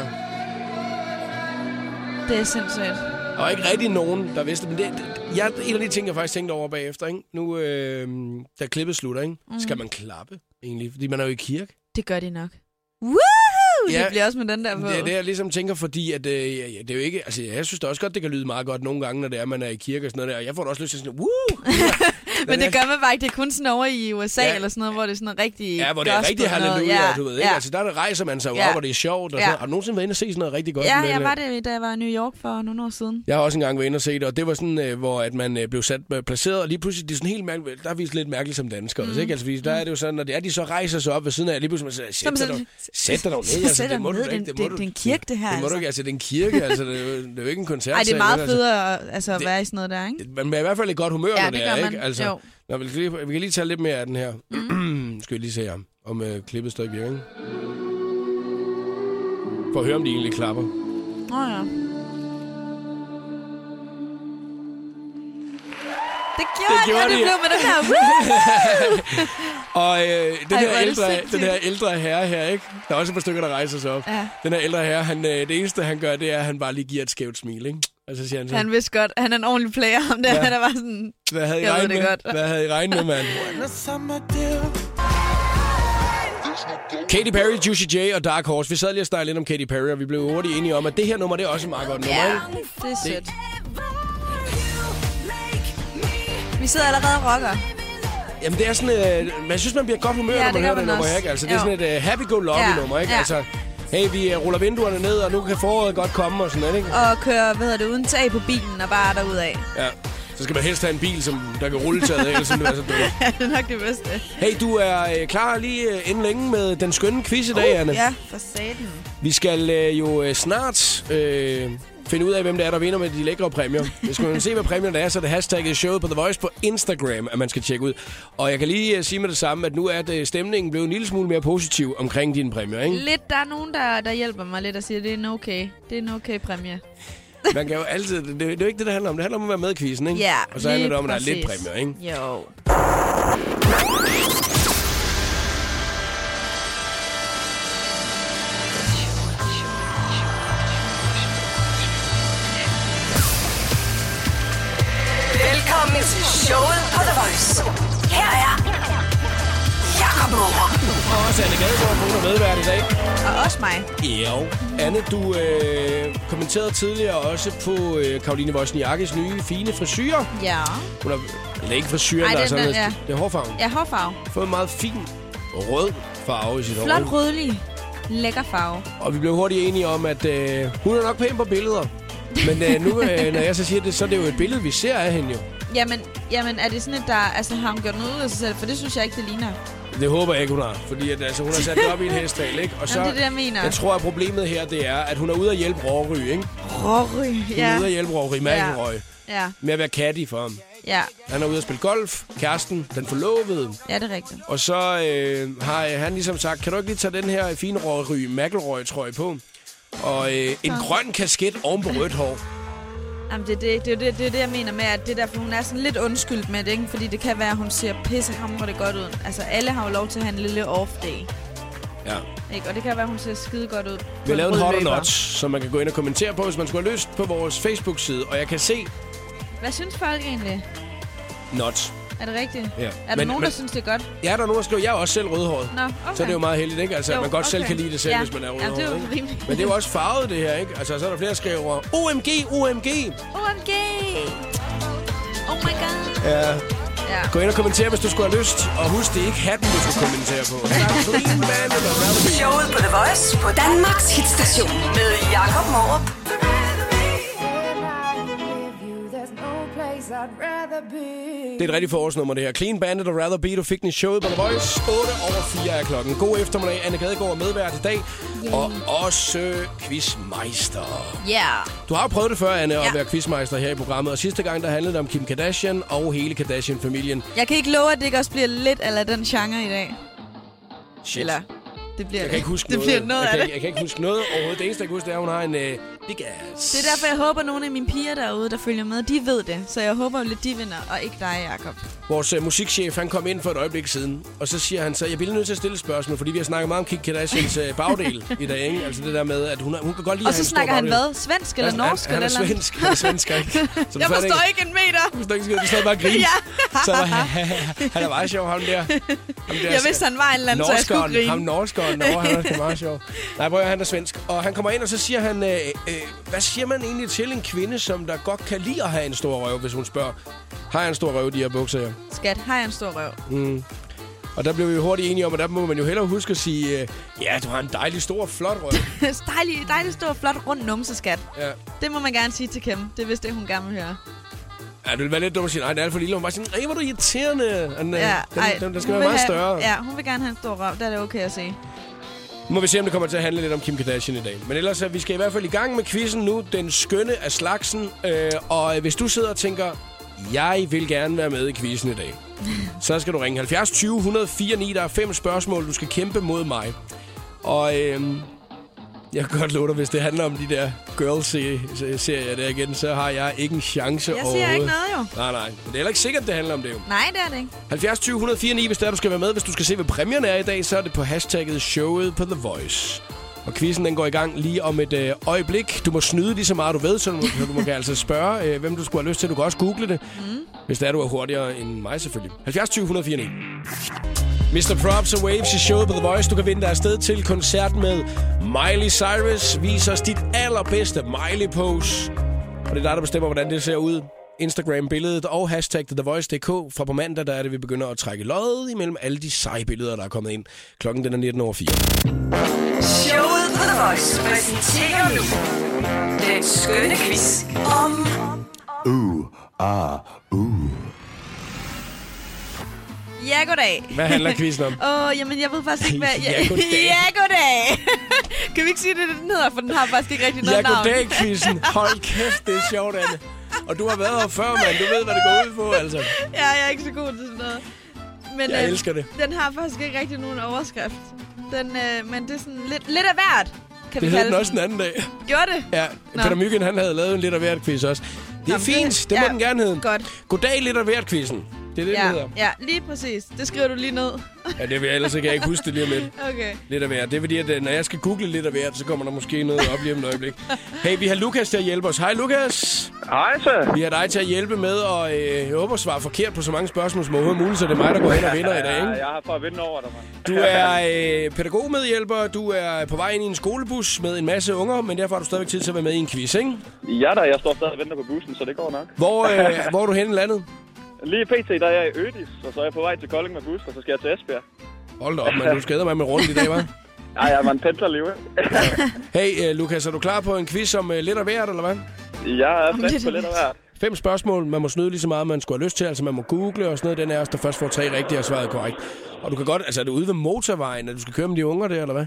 [SPEAKER 2] Det er sindssygt.
[SPEAKER 1] Der var ikke rigtig nogen, der vidste, men det, det jeg, en af de ting, jeg faktisk tænkte over bagefter, ikke? nu øh, da klippet slutter, ikke?
[SPEAKER 2] Mhm.
[SPEAKER 1] Mm. skal man klappe egentlig, fordi man er jo i kirke.
[SPEAKER 2] Det gør de nok. Woohoo!
[SPEAKER 1] Ja.
[SPEAKER 2] Det bliver også med den der på.
[SPEAKER 1] Det er det, jeg ligesom tænker, fordi at, øh, ja, ja, det er jo ikke, altså, jeg synes da også godt, det kan lyde meget godt nogle gange, når det er, man er i kirke og sådan noget der, og jeg får da også lyst til sådan, woo!
[SPEAKER 2] Men det gør man bare ikke. Det er kun sådan over i USA
[SPEAKER 1] Ja.
[SPEAKER 2] ja. eller sådan noget, hvor det er sådan noget rigtig
[SPEAKER 1] Ja, hvor det er
[SPEAKER 2] gospel
[SPEAKER 1] rigtig
[SPEAKER 2] noget.
[SPEAKER 1] halleluja, ja, du ved ikke?
[SPEAKER 2] Ja,
[SPEAKER 1] Altså, der rejser man sig jo
[SPEAKER 2] Ja.
[SPEAKER 1] op, og det er sjovt. Og
[SPEAKER 2] Ja.
[SPEAKER 1] sådan. Har du nogensinde været inde og se sådan øh, noget rigtig godt?
[SPEAKER 2] ja
[SPEAKER 1] med-
[SPEAKER 2] jeg var det, da jeg var i New York for nogle år siden.
[SPEAKER 1] Jeg har også engang været inde og set det, og det var sådan, øh, hvor at man øh, blev sat øh, placeret, og lige pludselig, det er sådan helt mærkeligt, der er vi lidt mærkeligt som danskere, mm. ikke? Altså, fordi der er det jo sådan, når det er, de så rejser sig op ved siden af, lige pludselig, man
[SPEAKER 2] Så
[SPEAKER 1] siger,
[SPEAKER 2] man
[SPEAKER 1] sæt dig
[SPEAKER 2] sådan-
[SPEAKER 1] dog, sæt dig dog
[SPEAKER 2] Så
[SPEAKER 1] ned, altså,
[SPEAKER 2] sætter
[SPEAKER 1] det må
[SPEAKER 2] man
[SPEAKER 1] du
[SPEAKER 2] ned.
[SPEAKER 1] da ikke,
[SPEAKER 2] Det-
[SPEAKER 1] det må
[SPEAKER 2] det-
[SPEAKER 1] du
[SPEAKER 2] det er en kirke, det her,
[SPEAKER 1] Det må du
[SPEAKER 2] altså.
[SPEAKER 1] ikke, altså, det er en kirke, altså, det er jo, det er jo ikke en koncert.
[SPEAKER 2] Ej, det er meget
[SPEAKER 1] altså.
[SPEAKER 2] federe at- altså, at
[SPEAKER 1] Det-
[SPEAKER 2] være i sådan noget der, ikke?
[SPEAKER 1] Man er i hvert fald i godt humør,
[SPEAKER 2] Ja,
[SPEAKER 1] når
[SPEAKER 2] det
[SPEAKER 1] det, er,
[SPEAKER 2] gør man.
[SPEAKER 1] ikke? Altså,
[SPEAKER 2] Jo.
[SPEAKER 1] Nå, vi, kan lige, vi kan lige tage lidt mere af den her. Mm. skal vi lige se om, om øh, klippet stadig virker. ikke? For at høre, om de egentlig klapper.
[SPEAKER 2] Nå ja. Det gjorde,
[SPEAKER 1] Det gjorde
[SPEAKER 2] det, gjorde og det
[SPEAKER 1] de.
[SPEAKER 2] blev med den her. Woo!
[SPEAKER 1] Og øh, den, Ej,
[SPEAKER 2] Ej,
[SPEAKER 1] her
[SPEAKER 2] hvor er det
[SPEAKER 1] ældre,
[SPEAKER 2] sindssygt.
[SPEAKER 1] den her ældre herre her, ikke? Der er også et par stykker, der rejser sig op.
[SPEAKER 2] Ja.
[SPEAKER 1] Den her ældre herre, han, øh, det eneste, han gør, det er, at han bare lige giver et skævt smil, ikke? Og så siger han så,
[SPEAKER 2] Han vidste godt, han er en ordentlig player, om det
[SPEAKER 1] Ja.
[SPEAKER 2] ja. han er bare sådan...
[SPEAKER 1] hvad havde I
[SPEAKER 2] Jeg ved
[SPEAKER 1] regnet
[SPEAKER 2] det
[SPEAKER 1] med?
[SPEAKER 2] godt.
[SPEAKER 1] Hvad havde I regnet med, mand? Katy Perry, Juicy J og Dark Horse. Vi sad lige og snakkede lidt om Katy Perry, og vi blev hurtigt enige om, at det her nummer, det er også et meget godt nummer,
[SPEAKER 2] Ja,
[SPEAKER 1] ikke?
[SPEAKER 2] det er sødt.
[SPEAKER 5] Make
[SPEAKER 2] Vi sidder allerede og rocker.
[SPEAKER 1] Jamen, det er sådan, øh, man synes, man bliver i godt humør,
[SPEAKER 2] Ja,
[SPEAKER 1] når
[SPEAKER 2] det
[SPEAKER 1] man
[SPEAKER 2] gør
[SPEAKER 1] hører
[SPEAKER 2] man
[SPEAKER 1] det nummer
[SPEAKER 2] også.
[SPEAKER 1] her, ikke? Altså, det er
[SPEAKER 2] Jo.
[SPEAKER 1] sådan et øh, happy-go-lucky-nummer,
[SPEAKER 2] Ja,
[SPEAKER 1] ikke?
[SPEAKER 2] ja.
[SPEAKER 1] Altså, hey, vi øh, ruller vinduerne ned, og nu kan foråret godt komme og sådan noget, ikke?
[SPEAKER 2] Og kører, hvad hedder det, uden tag på bilen og bare derudad.
[SPEAKER 1] Ja. Så skal man helst have en bil, som der kan rulle taget af, ellers så er det altså død.
[SPEAKER 2] Ja, det er nok det bedste.
[SPEAKER 1] Hey, du er øh, klar lige øh, inden længe med den skønne quiz i dag, uh, Anne.
[SPEAKER 2] Ja, for satan.
[SPEAKER 1] Vi skal øh, jo øh, snart øh, finde ud af, hvem det er, der vinder med de lækre præmier. Hvis man vil se, hvad præmierne er, så er det hashtagget showet på The Voice på Instagram, at man skal tjekke ud. Og jeg kan lige øh, sige med det samme, at nu er det, stemningen blevet en lille smule mere positiv omkring dine præmier, ikke?
[SPEAKER 2] Lidt, der er nogen, der, der hjælper mig lidt og siger, det er en okay. Det er en okay præmie.
[SPEAKER 1] Man kan jo altid... Det, det er jo ikke det, det handler om. Det handler om at være med i quizzen, ikke?
[SPEAKER 2] Ja,
[SPEAKER 1] Og så handler
[SPEAKER 2] lige
[SPEAKER 1] det om, at der er lidt
[SPEAKER 2] præcis.
[SPEAKER 1] præmier, ikke?
[SPEAKER 2] Jo.
[SPEAKER 3] Velkommen til showet på The Voice. Her er Jakob Morup.
[SPEAKER 1] Og også Anne Gadegaard, hun er medvært i dag.
[SPEAKER 2] Og også mig.
[SPEAKER 1] Jo. Anne, du øh, kommenterede tidligere også på øh, Karoline Wozniakis nye fine frisyrer.
[SPEAKER 2] Ja.
[SPEAKER 1] Hun har, eller ikke frisyrer,
[SPEAKER 2] Ej,
[SPEAKER 1] der er
[SPEAKER 2] den
[SPEAKER 1] sådan
[SPEAKER 2] er-
[SPEAKER 1] noget-
[SPEAKER 2] ja.
[SPEAKER 1] Det er hårfarven. Ja.
[SPEAKER 2] Ja, hårfarve.
[SPEAKER 1] Fået en meget fin rød farve i sit
[SPEAKER 2] Flot
[SPEAKER 1] hår.
[SPEAKER 2] rødlig. Lækker farve.
[SPEAKER 1] Og vi blev hurtigt enige om, at øh, hun er nok pæn på billeder. Men øh, nu, øh, når jeg så siger det, så er det jo et billede, vi ser af hende jo.
[SPEAKER 2] Jamen, jamen er det sådan, at der, altså, har hun gjort noget ud af sig selv? For det synes jeg ikke, det ligner.
[SPEAKER 1] Det håber jeg ikke, hun har. Fordi at, altså, hun har sat det op i et hestal, ikke? Og så,
[SPEAKER 2] Jamen, det er det, jeg mener.
[SPEAKER 1] jeg tror, at problemet her, det er, at hun er ude at hjælpe Råry, ikke? Hun
[SPEAKER 2] Råry.
[SPEAKER 1] er
[SPEAKER 2] Ja.
[SPEAKER 1] ude at hjælpe Råry, Malrøg,
[SPEAKER 2] ja.
[SPEAKER 1] med at være catty for ham.
[SPEAKER 2] Ja.
[SPEAKER 1] Han er ude at spille golf, kæresten, den forlovede,
[SPEAKER 2] Ja, det er rigtigt.
[SPEAKER 1] og så øh, har øh, han ligesom sagt, kan du ikke lige tage den her fine røgry McElroy trøje på? Og øh, en grøn kasket oven på rødt hår.
[SPEAKER 2] Jamen, det er det, det, er det, det, er det, jeg mener med, at det er derfor, hun er sådan lidt undskyldt med det, ikke? Fordi det kan være, at hun ser pisse hammer det godt ud. Altså, alle har jo lov til at have en lille off-day,
[SPEAKER 1] Ja.
[SPEAKER 2] ikke? Og det kan være, at hun ser skide godt ud. på
[SPEAKER 1] Vi har
[SPEAKER 2] en
[SPEAKER 1] lavet en
[SPEAKER 2] rød
[SPEAKER 1] hot or
[SPEAKER 2] løber.
[SPEAKER 1] not, som man kan gå ind og kommentere på, hvis man skulle have lyst på vores Facebook-side. Og jeg kan se
[SPEAKER 2] Hvad synes folk egentlig?
[SPEAKER 1] not.
[SPEAKER 2] Er det rigtigt?
[SPEAKER 1] Ja.
[SPEAKER 2] Er der
[SPEAKER 1] Men-
[SPEAKER 2] nogen,
[SPEAKER 1] men-
[SPEAKER 2] der synes, det er godt?
[SPEAKER 1] Ja, der er nogen, der skriver, jeg er også selv rødhåret.
[SPEAKER 2] Nå, okay.
[SPEAKER 1] Så er det jo meget heldigt, ikke? Altså,
[SPEAKER 2] Jo,
[SPEAKER 1] jo, man godt okay. selv
[SPEAKER 2] okay.
[SPEAKER 1] kan lide det selv, ja.
[SPEAKER 2] Ja.
[SPEAKER 1] hvis man er
[SPEAKER 2] Jamen,
[SPEAKER 1] rødhåret.
[SPEAKER 2] det er jo
[SPEAKER 1] ikke?
[SPEAKER 2] rimeligt.
[SPEAKER 1] Men det er jo også farvet, det her, ikke? Altså, så er der flere, der skriver, OMG, OMG.
[SPEAKER 2] OMG! Oh my god!
[SPEAKER 1] Ja.
[SPEAKER 2] Ja.
[SPEAKER 1] Gå ind og kommenter, hvis du skulle have lyst. Og husk, det er ikke hatten, du skal kommentere på. Er du clean, man, eller hvad er du?
[SPEAKER 3] Showet på The Voice på Danmarks hitstation med Jakob Morup.
[SPEAKER 1] Det er et rigtigt forårsnummer, det her. Clean Bandit og Rather Be, du fik den i showet på The Voice. 8 over 4 er klokken. God eftermiddag. Anne Gadegaard er medvært i dag. Og også quizmeister.
[SPEAKER 2] Ja.
[SPEAKER 1] Du har jo prøvet det før, Anne, at
[SPEAKER 2] Ja.
[SPEAKER 1] være quizmeister her i programmet. Og sidste gang, der handlede det om Kim Kardashian og hele Kardashian-familien.
[SPEAKER 2] Jeg kan ikke love, at det ikke også bliver lidt af den genre i dag.
[SPEAKER 1] Shit.
[SPEAKER 2] Eller, det bliver
[SPEAKER 1] Jeg kan ikke huske
[SPEAKER 2] det
[SPEAKER 1] noget.
[SPEAKER 2] bliver noget
[SPEAKER 1] jeg, kan,
[SPEAKER 2] af det.
[SPEAKER 1] ikke- jeg kan ikke huske noget overhovedet. Det eneste, jeg kan huske, det er, at hun har en øh, big ass.
[SPEAKER 2] Det er derfor, jeg håber, at nogle af mine piger derude, der følger med, de ved det. Så jeg håber jo lidt, de vinder, og ikke dig, Jacob.
[SPEAKER 1] Vores øh, musikchef, han kom ind for et øjeblik siden, og så siger han så, jeg bliver nødt til at stille et spørgsmål, fordi vi har snakket meget om Kim Kardashians øh, bagdel i dag, ikke? Altså det der med, at hun, er- hun kan godt lide
[SPEAKER 2] Og
[SPEAKER 1] at have
[SPEAKER 2] så
[SPEAKER 1] en stor
[SPEAKER 2] snakker han
[SPEAKER 1] bagdel.
[SPEAKER 2] hvad? Svensk eller
[SPEAKER 1] han,
[SPEAKER 2] norsk?
[SPEAKER 1] han, han er
[SPEAKER 2] eller et eller
[SPEAKER 1] svensk, han er svensk, ikke? Så
[SPEAKER 2] andet? Jeg forstår ikke en meter.
[SPEAKER 1] Du forstår ikke, skid, du forstår bare grine.
[SPEAKER 2] Ja.
[SPEAKER 1] Så var han, han er meget sjov, ham der. Ham der
[SPEAKER 2] Jeg vidste, han var en eller anden, så jeg skulle
[SPEAKER 1] norskeren,
[SPEAKER 2] grine.
[SPEAKER 1] ham norskeren, over, han er sgu meget sjov. Nej, prøv at høre, han er svensk. Og han kommer ind, og så siger han, øh, øh, hvad siger man egentlig til en kvinde, som der godt kan lide at have en stor røv, hvis hun spørger, har jeg en stor røv, i de her bukser her?
[SPEAKER 2] Skat, har jeg en stor røv?
[SPEAKER 1] Og der blev vi hurtigt enige om, at der må man jo hellere huske at sige, øh, ja, du har en dejlig, stor, flot røv.
[SPEAKER 2] dejlig, dejlig stor, flot, rund numse, skat.
[SPEAKER 1] ja.
[SPEAKER 2] Det må man gerne sige til Kim. Det er vist det, hun gerne vil høre.
[SPEAKER 1] ja, det ville være lidt dumt at sige, nej, det er alt for lille. Hun var sådan, nej, hvor er du irriterende. Den, ja, den,
[SPEAKER 2] ej,
[SPEAKER 1] den, den skal være
[SPEAKER 2] hun vil
[SPEAKER 1] meget
[SPEAKER 2] have,
[SPEAKER 1] større.
[SPEAKER 2] Ja, hun vil gerne have en stor røv. Der er det okay at se.
[SPEAKER 1] Nu må vi se, om det kommer til at handle lidt om Kim Kardashian i dag. Men ellers, øh, vi skal i hvert fald i gang med quizzen nu. Den skønne af slagsen. Øh, og øh, hvis du sidder og tænker, jeg vil gerne være med i quizzen i dag. Så skal du ringe 70 20 104 9. Der er fem spørgsmål, du skal kæmpe mod mig. Og øhm, jeg kan godt love dig, hvis det handler om de der girls-serier der igen, så har jeg ikke en chance
[SPEAKER 2] Jeg siger
[SPEAKER 1] overhovedet.
[SPEAKER 2] ikke noget, jo.
[SPEAKER 1] Nej, nej. Men det er heller ikke sikkert, det handler om det jo.
[SPEAKER 2] Nej, det er det ikke.
[SPEAKER 1] 70 20 104 9, hvis der du skal være med. Hvis du skal se, hvad præmien er i dag, så er det på hashtagget showet på The Voice. Og quizzen den går i gang lige om et øh, øjeblik. Du må snyde lige så meget, du ved, så du, må- så du må kan altså spørge, øh, hvem du skulle have lyst til. Du kan også google det, mm. hvis der du er hurtigere end mig selvfølgelig. 70 20 104 9. Mr. Props og Waves i showet på The Voice. Du kan vinde dig afsted til koncert med Miley Cyrus. Vis os dit allerbedste Miley-pose. Og det er dig, der bestemmer, hvordan det ser ud. Instagram-billedet og hashtag The Voice.dk. Fra på mandag, der er det, vi begynder at trække løjet imellem alle de seje billeder, der er kommet ind. Klokken den er 19 over 4.
[SPEAKER 3] Showet på The Voice præsenterer nu den skønne quiz om...
[SPEAKER 2] Ja, goddag.
[SPEAKER 1] Hvad handler quizzen om?
[SPEAKER 2] Åh, oh, jamen jeg ved faktisk ikke, hvad...
[SPEAKER 1] Ja, goddag.
[SPEAKER 2] ja, goddag. kan vi ikke sige, det er det, den hedder? For den har faktisk ikke rigtig noget
[SPEAKER 1] Ja,
[SPEAKER 2] navn.
[SPEAKER 1] goddag, quizzen. Hold kæft, det er sjovt, Anne. Og du har været her før, mand. Du ved, hvad det går ud på, altså.
[SPEAKER 2] Ja, jeg er ikke så god til sådan noget. Men, øhm,
[SPEAKER 1] Jeg elsker det.
[SPEAKER 2] Den har faktisk ikke rigtig nogen overskrift. Den, øh, men det er sådan lidt, lidt af hvert,
[SPEAKER 1] Det
[SPEAKER 2] kan vi
[SPEAKER 1] hed
[SPEAKER 2] kalde
[SPEAKER 1] den også den anden dag.
[SPEAKER 2] Gjorde det?
[SPEAKER 1] Ja,
[SPEAKER 2] Nå.
[SPEAKER 1] Peter Myggen, han havde lavet en lidt af hvert quiz også. Det er
[SPEAKER 2] Nå, men
[SPEAKER 1] fint, det må
[SPEAKER 2] ja,
[SPEAKER 1] den gerne hedde.
[SPEAKER 2] Godt.
[SPEAKER 1] Goddag, lidt af hvert quizzen. Det er det, ja.
[SPEAKER 2] Ja,
[SPEAKER 1] den hedder.
[SPEAKER 2] ja, lige præcis. Det skriver du lige ned.
[SPEAKER 1] Ja, det vil jeg, ellers kan jeg ikke huske det lige om lidt.
[SPEAKER 2] Okay.
[SPEAKER 1] Lidt af hvert. Det er fordi, at øh, når jeg skal google lidt af hvert, så kommer der måske noget op lige om et øjeblik. Hey, vi har Lukas til at hjælpe os. Hej Lukas!
[SPEAKER 7] Hej så.
[SPEAKER 1] Vi har dig til at hjælpe med, og øh, jeg håber at svare forkert på så mange spørgsmål som overhovedet muligt, så det er mig, der går hen og vinder i dag. Ikke?
[SPEAKER 7] jeg har for at vinde over dig, mand.
[SPEAKER 1] Du er øh, pædagogmedhjælper, du er på vej ind i en skolebus med en masse unger, men derfor har du stadigvæk tid til at være med i en quiz, ikke?
[SPEAKER 7] Ja da, jeg står stadig og venter på bussen, så det går nok.
[SPEAKER 1] Hvor, øh, hvor er du henne i landet?
[SPEAKER 7] Lige pt, der er jeg i Ødis, og så er jeg på vej til Kolding med bus, og så skal jeg til Esbjerg.
[SPEAKER 1] Hold da op, man. Du skader mig med rundt i dag, hva'?
[SPEAKER 7] Ej, jeg var en pendlerliv, ikke?
[SPEAKER 1] Hey, øh, Lukas, er du klar på en quiz om øh, lidt af hvert, eller hvad?
[SPEAKER 7] Jeg er
[SPEAKER 2] lidt
[SPEAKER 7] frisk på lidt af hvert.
[SPEAKER 1] Fem spørgsmål. Man må snyde lige så meget, man skulle have lyst til. Altså, man må google og sådan noget. Den er også, der først får tre rigtige og svaret korrekt. Og du kan godt... Altså, er du ude ved motorvejen, og du skal køre med de unger der, eller hvad?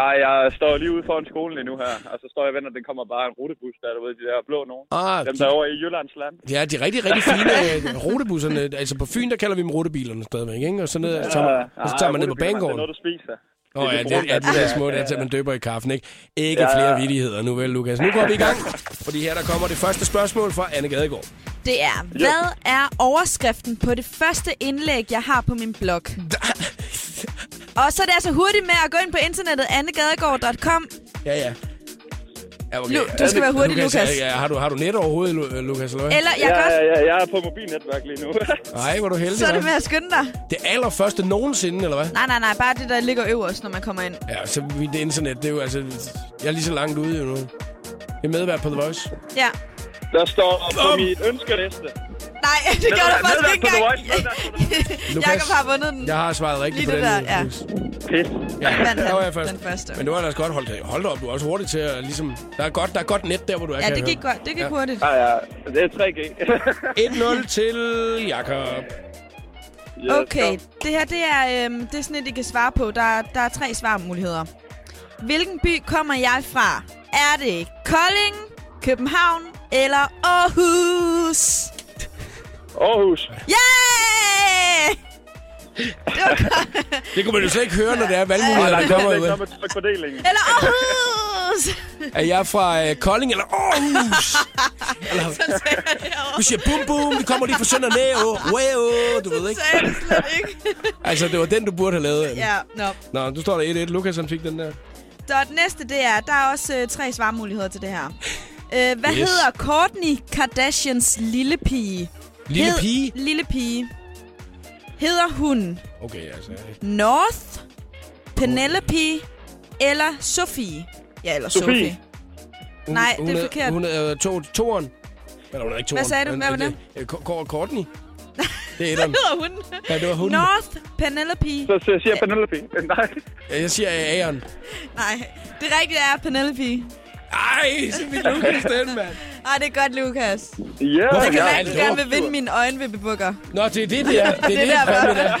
[SPEAKER 7] Nej, jeg står lige ude foran skolen lige nu her, og så står jeg og venter, den kommer bare en rutebus, der er, du ved, de der blå nogen.
[SPEAKER 1] Ah,
[SPEAKER 7] Dem
[SPEAKER 1] de,
[SPEAKER 7] derovre i Jyllands land.
[SPEAKER 1] ja, de rigtig, rigtig fine øh, rutebusserne. Altså, på Fyn, der kalder vi dem rutebilerne stadigvæk, ikke? Og så, ned, så, tager, man, og så tager man ned på
[SPEAKER 7] rutebiler, mand, Det er
[SPEAKER 1] banegården.
[SPEAKER 7] noget, du spiser.
[SPEAKER 1] Åh, oh, ja,
[SPEAKER 7] lidt
[SPEAKER 1] det, ja,
[SPEAKER 7] rundt,
[SPEAKER 1] de der
[SPEAKER 7] altså.
[SPEAKER 1] små, der, man døber i kaffen, ikke? Ikke flere vidigheder nu, vel, Lukas? Nu går vi i gang, fordi her der kommer det første spørgsmål fra Anne Gadegaard.
[SPEAKER 2] Det er, hvad er overskriften på det første indlæg, jeg har på min blog? Og så er det altså hurtigt med at gå ind på internettet annegadegaard.com.
[SPEAKER 1] Ja, ja. ja okay.
[SPEAKER 2] Lu- du skal være hurtig, Lukas.
[SPEAKER 1] Ja, har, du, har du net overhovedet, Lu- øh, Lukas? Eller hvad?
[SPEAKER 2] Eller jeg
[SPEAKER 7] Ja,
[SPEAKER 2] kan også...
[SPEAKER 7] ja, ja, jeg er på mobilnetværk lige nu.
[SPEAKER 1] Nej, hvor er du heldig.
[SPEAKER 2] Så er det
[SPEAKER 1] hva'?
[SPEAKER 2] med at skynde dig.
[SPEAKER 1] det allerførste nogensinde, eller hvad?
[SPEAKER 2] Nej, nej, nej. Bare det, der ligger øverst, når man kommer ind.
[SPEAKER 1] Ja, så mit internet, det er jo altså... Jeg er lige så langt ude jo nu. Jeg er medvært på The Voice.
[SPEAKER 2] Ja.
[SPEAKER 7] der står på
[SPEAKER 1] Bum.
[SPEAKER 7] mit ønskeliste.
[SPEAKER 2] Nej, det gør du faktisk
[SPEAKER 7] Medvært- medvært
[SPEAKER 2] ikke
[SPEAKER 7] på The
[SPEAKER 2] engang.
[SPEAKER 7] Voice, medvært på The
[SPEAKER 1] Lukas,
[SPEAKER 2] Jakob har vundet den.
[SPEAKER 1] Jeg har svaret rigtigt
[SPEAKER 2] Lige
[SPEAKER 1] på
[SPEAKER 2] det
[SPEAKER 1] den.
[SPEAKER 2] der, ja.
[SPEAKER 1] Lukas.
[SPEAKER 7] Pis.
[SPEAKER 1] ja.
[SPEAKER 2] Vandt
[SPEAKER 1] der var jeg
[SPEAKER 2] han
[SPEAKER 1] først.
[SPEAKER 2] den første.
[SPEAKER 1] Men du har ellers godt holdt, holdt op. Du er også hurtig til at ligesom... Der er godt, der er godt net der, hvor du er,
[SPEAKER 2] Ja,
[SPEAKER 1] kan
[SPEAKER 2] det
[SPEAKER 1] jeg
[SPEAKER 2] gik
[SPEAKER 1] høre.
[SPEAKER 2] godt. Det gik
[SPEAKER 1] Ja.
[SPEAKER 2] hurtigt.
[SPEAKER 7] Ja, ja. Det er 3G.
[SPEAKER 1] godt. 1-0 til Jakob.
[SPEAKER 7] Yes,
[SPEAKER 2] Okay,
[SPEAKER 7] kom.
[SPEAKER 2] det her det er, øhm, det er sådan et, I kan svare på. Der, er- der er tre svarmuligheder. Hvilken by kommer jeg fra? Er det Kolding, København eller Aarhus?
[SPEAKER 7] Aarhus.
[SPEAKER 2] Yeah! Det var godt.
[SPEAKER 1] Det kunne man jo slet ikke høre, når det er valgmuligheder,
[SPEAKER 7] Nej,
[SPEAKER 1] der
[SPEAKER 7] det kommer
[SPEAKER 1] kommer
[SPEAKER 7] ikke
[SPEAKER 1] ud.
[SPEAKER 7] noget med trykfordelingen.
[SPEAKER 2] Eller Aarhus!
[SPEAKER 1] Er jeg fra øh, Kolding eller Aarhus? eller, du siger bum bum, vi kommer lige fra Sønder Næo. Wow, du ved ikke.
[SPEAKER 2] Sagde det slet ikke.
[SPEAKER 1] Altså, det var den, du burde have lavet. Anne.
[SPEAKER 2] ja, no.
[SPEAKER 1] Nå, du står der 1-1. Lukas, han fik den der.
[SPEAKER 2] Så det næste, det er, der er også øh, tre svarmuligheder til det her. Øh, hvad
[SPEAKER 1] Yes.
[SPEAKER 2] yes. hedder Kourtney Kardashians lille pige?
[SPEAKER 1] Lille
[SPEAKER 2] Hed-
[SPEAKER 1] pige.
[SPEAKER 2] Lille pige. Hedder hun
[SPEAKER 1] Okay, altså.
[SPEAKER 2] North, Penelope eller Sophie? Ja, eller Sophie.
[SPEAKER 7] Sofie.
[SPEAKER 2] Sophie. Nej, det er
[SPEAKER 1] hun
[SPEAKER 2] forkert.
[SPEAKER 1] Hun er øh, to, toren. Eller hun er ikke toren.
[SPEAKER 2] Hvad sagde du? Hvad var det?
[SPEAKER 1] Øh, Ko- Ko- Courtney. Det er etteren.
[SPEAKER 2] Hedder hun?
[SPEAKER 1] Ja, det var hun.
[SPEAKER 2] North, Penelope.
[SPEAKER 7] Så så siger jeg Penelope. Nej.
[SPEAKER 1] Ja, Øh, Jeg siger æren.
[SPEAKER 2] Nej, det rigtige er Penelope.
[SPEAKER 1] Ej, så fik Lukas den, mand.
[SPEAKER 2] Ej, det er godt, Lukas.
[SPEAKER 7] Ja,
[SPEAKER 1] Hvorfor
[SPEAKER 2] Jeg kan
[SPEAKER 1] Ja, det
[SPEAKER 2] mærke, at du
[SPEAKER 1] var
[SPEAKER 2] gerne vil vinde mine øjenvippebukker.
[SPEAKER 1] Nå, det er det, det er. Det er det,
[SPEAKER 2] der,
[SPEAKER 1] fandme, det er.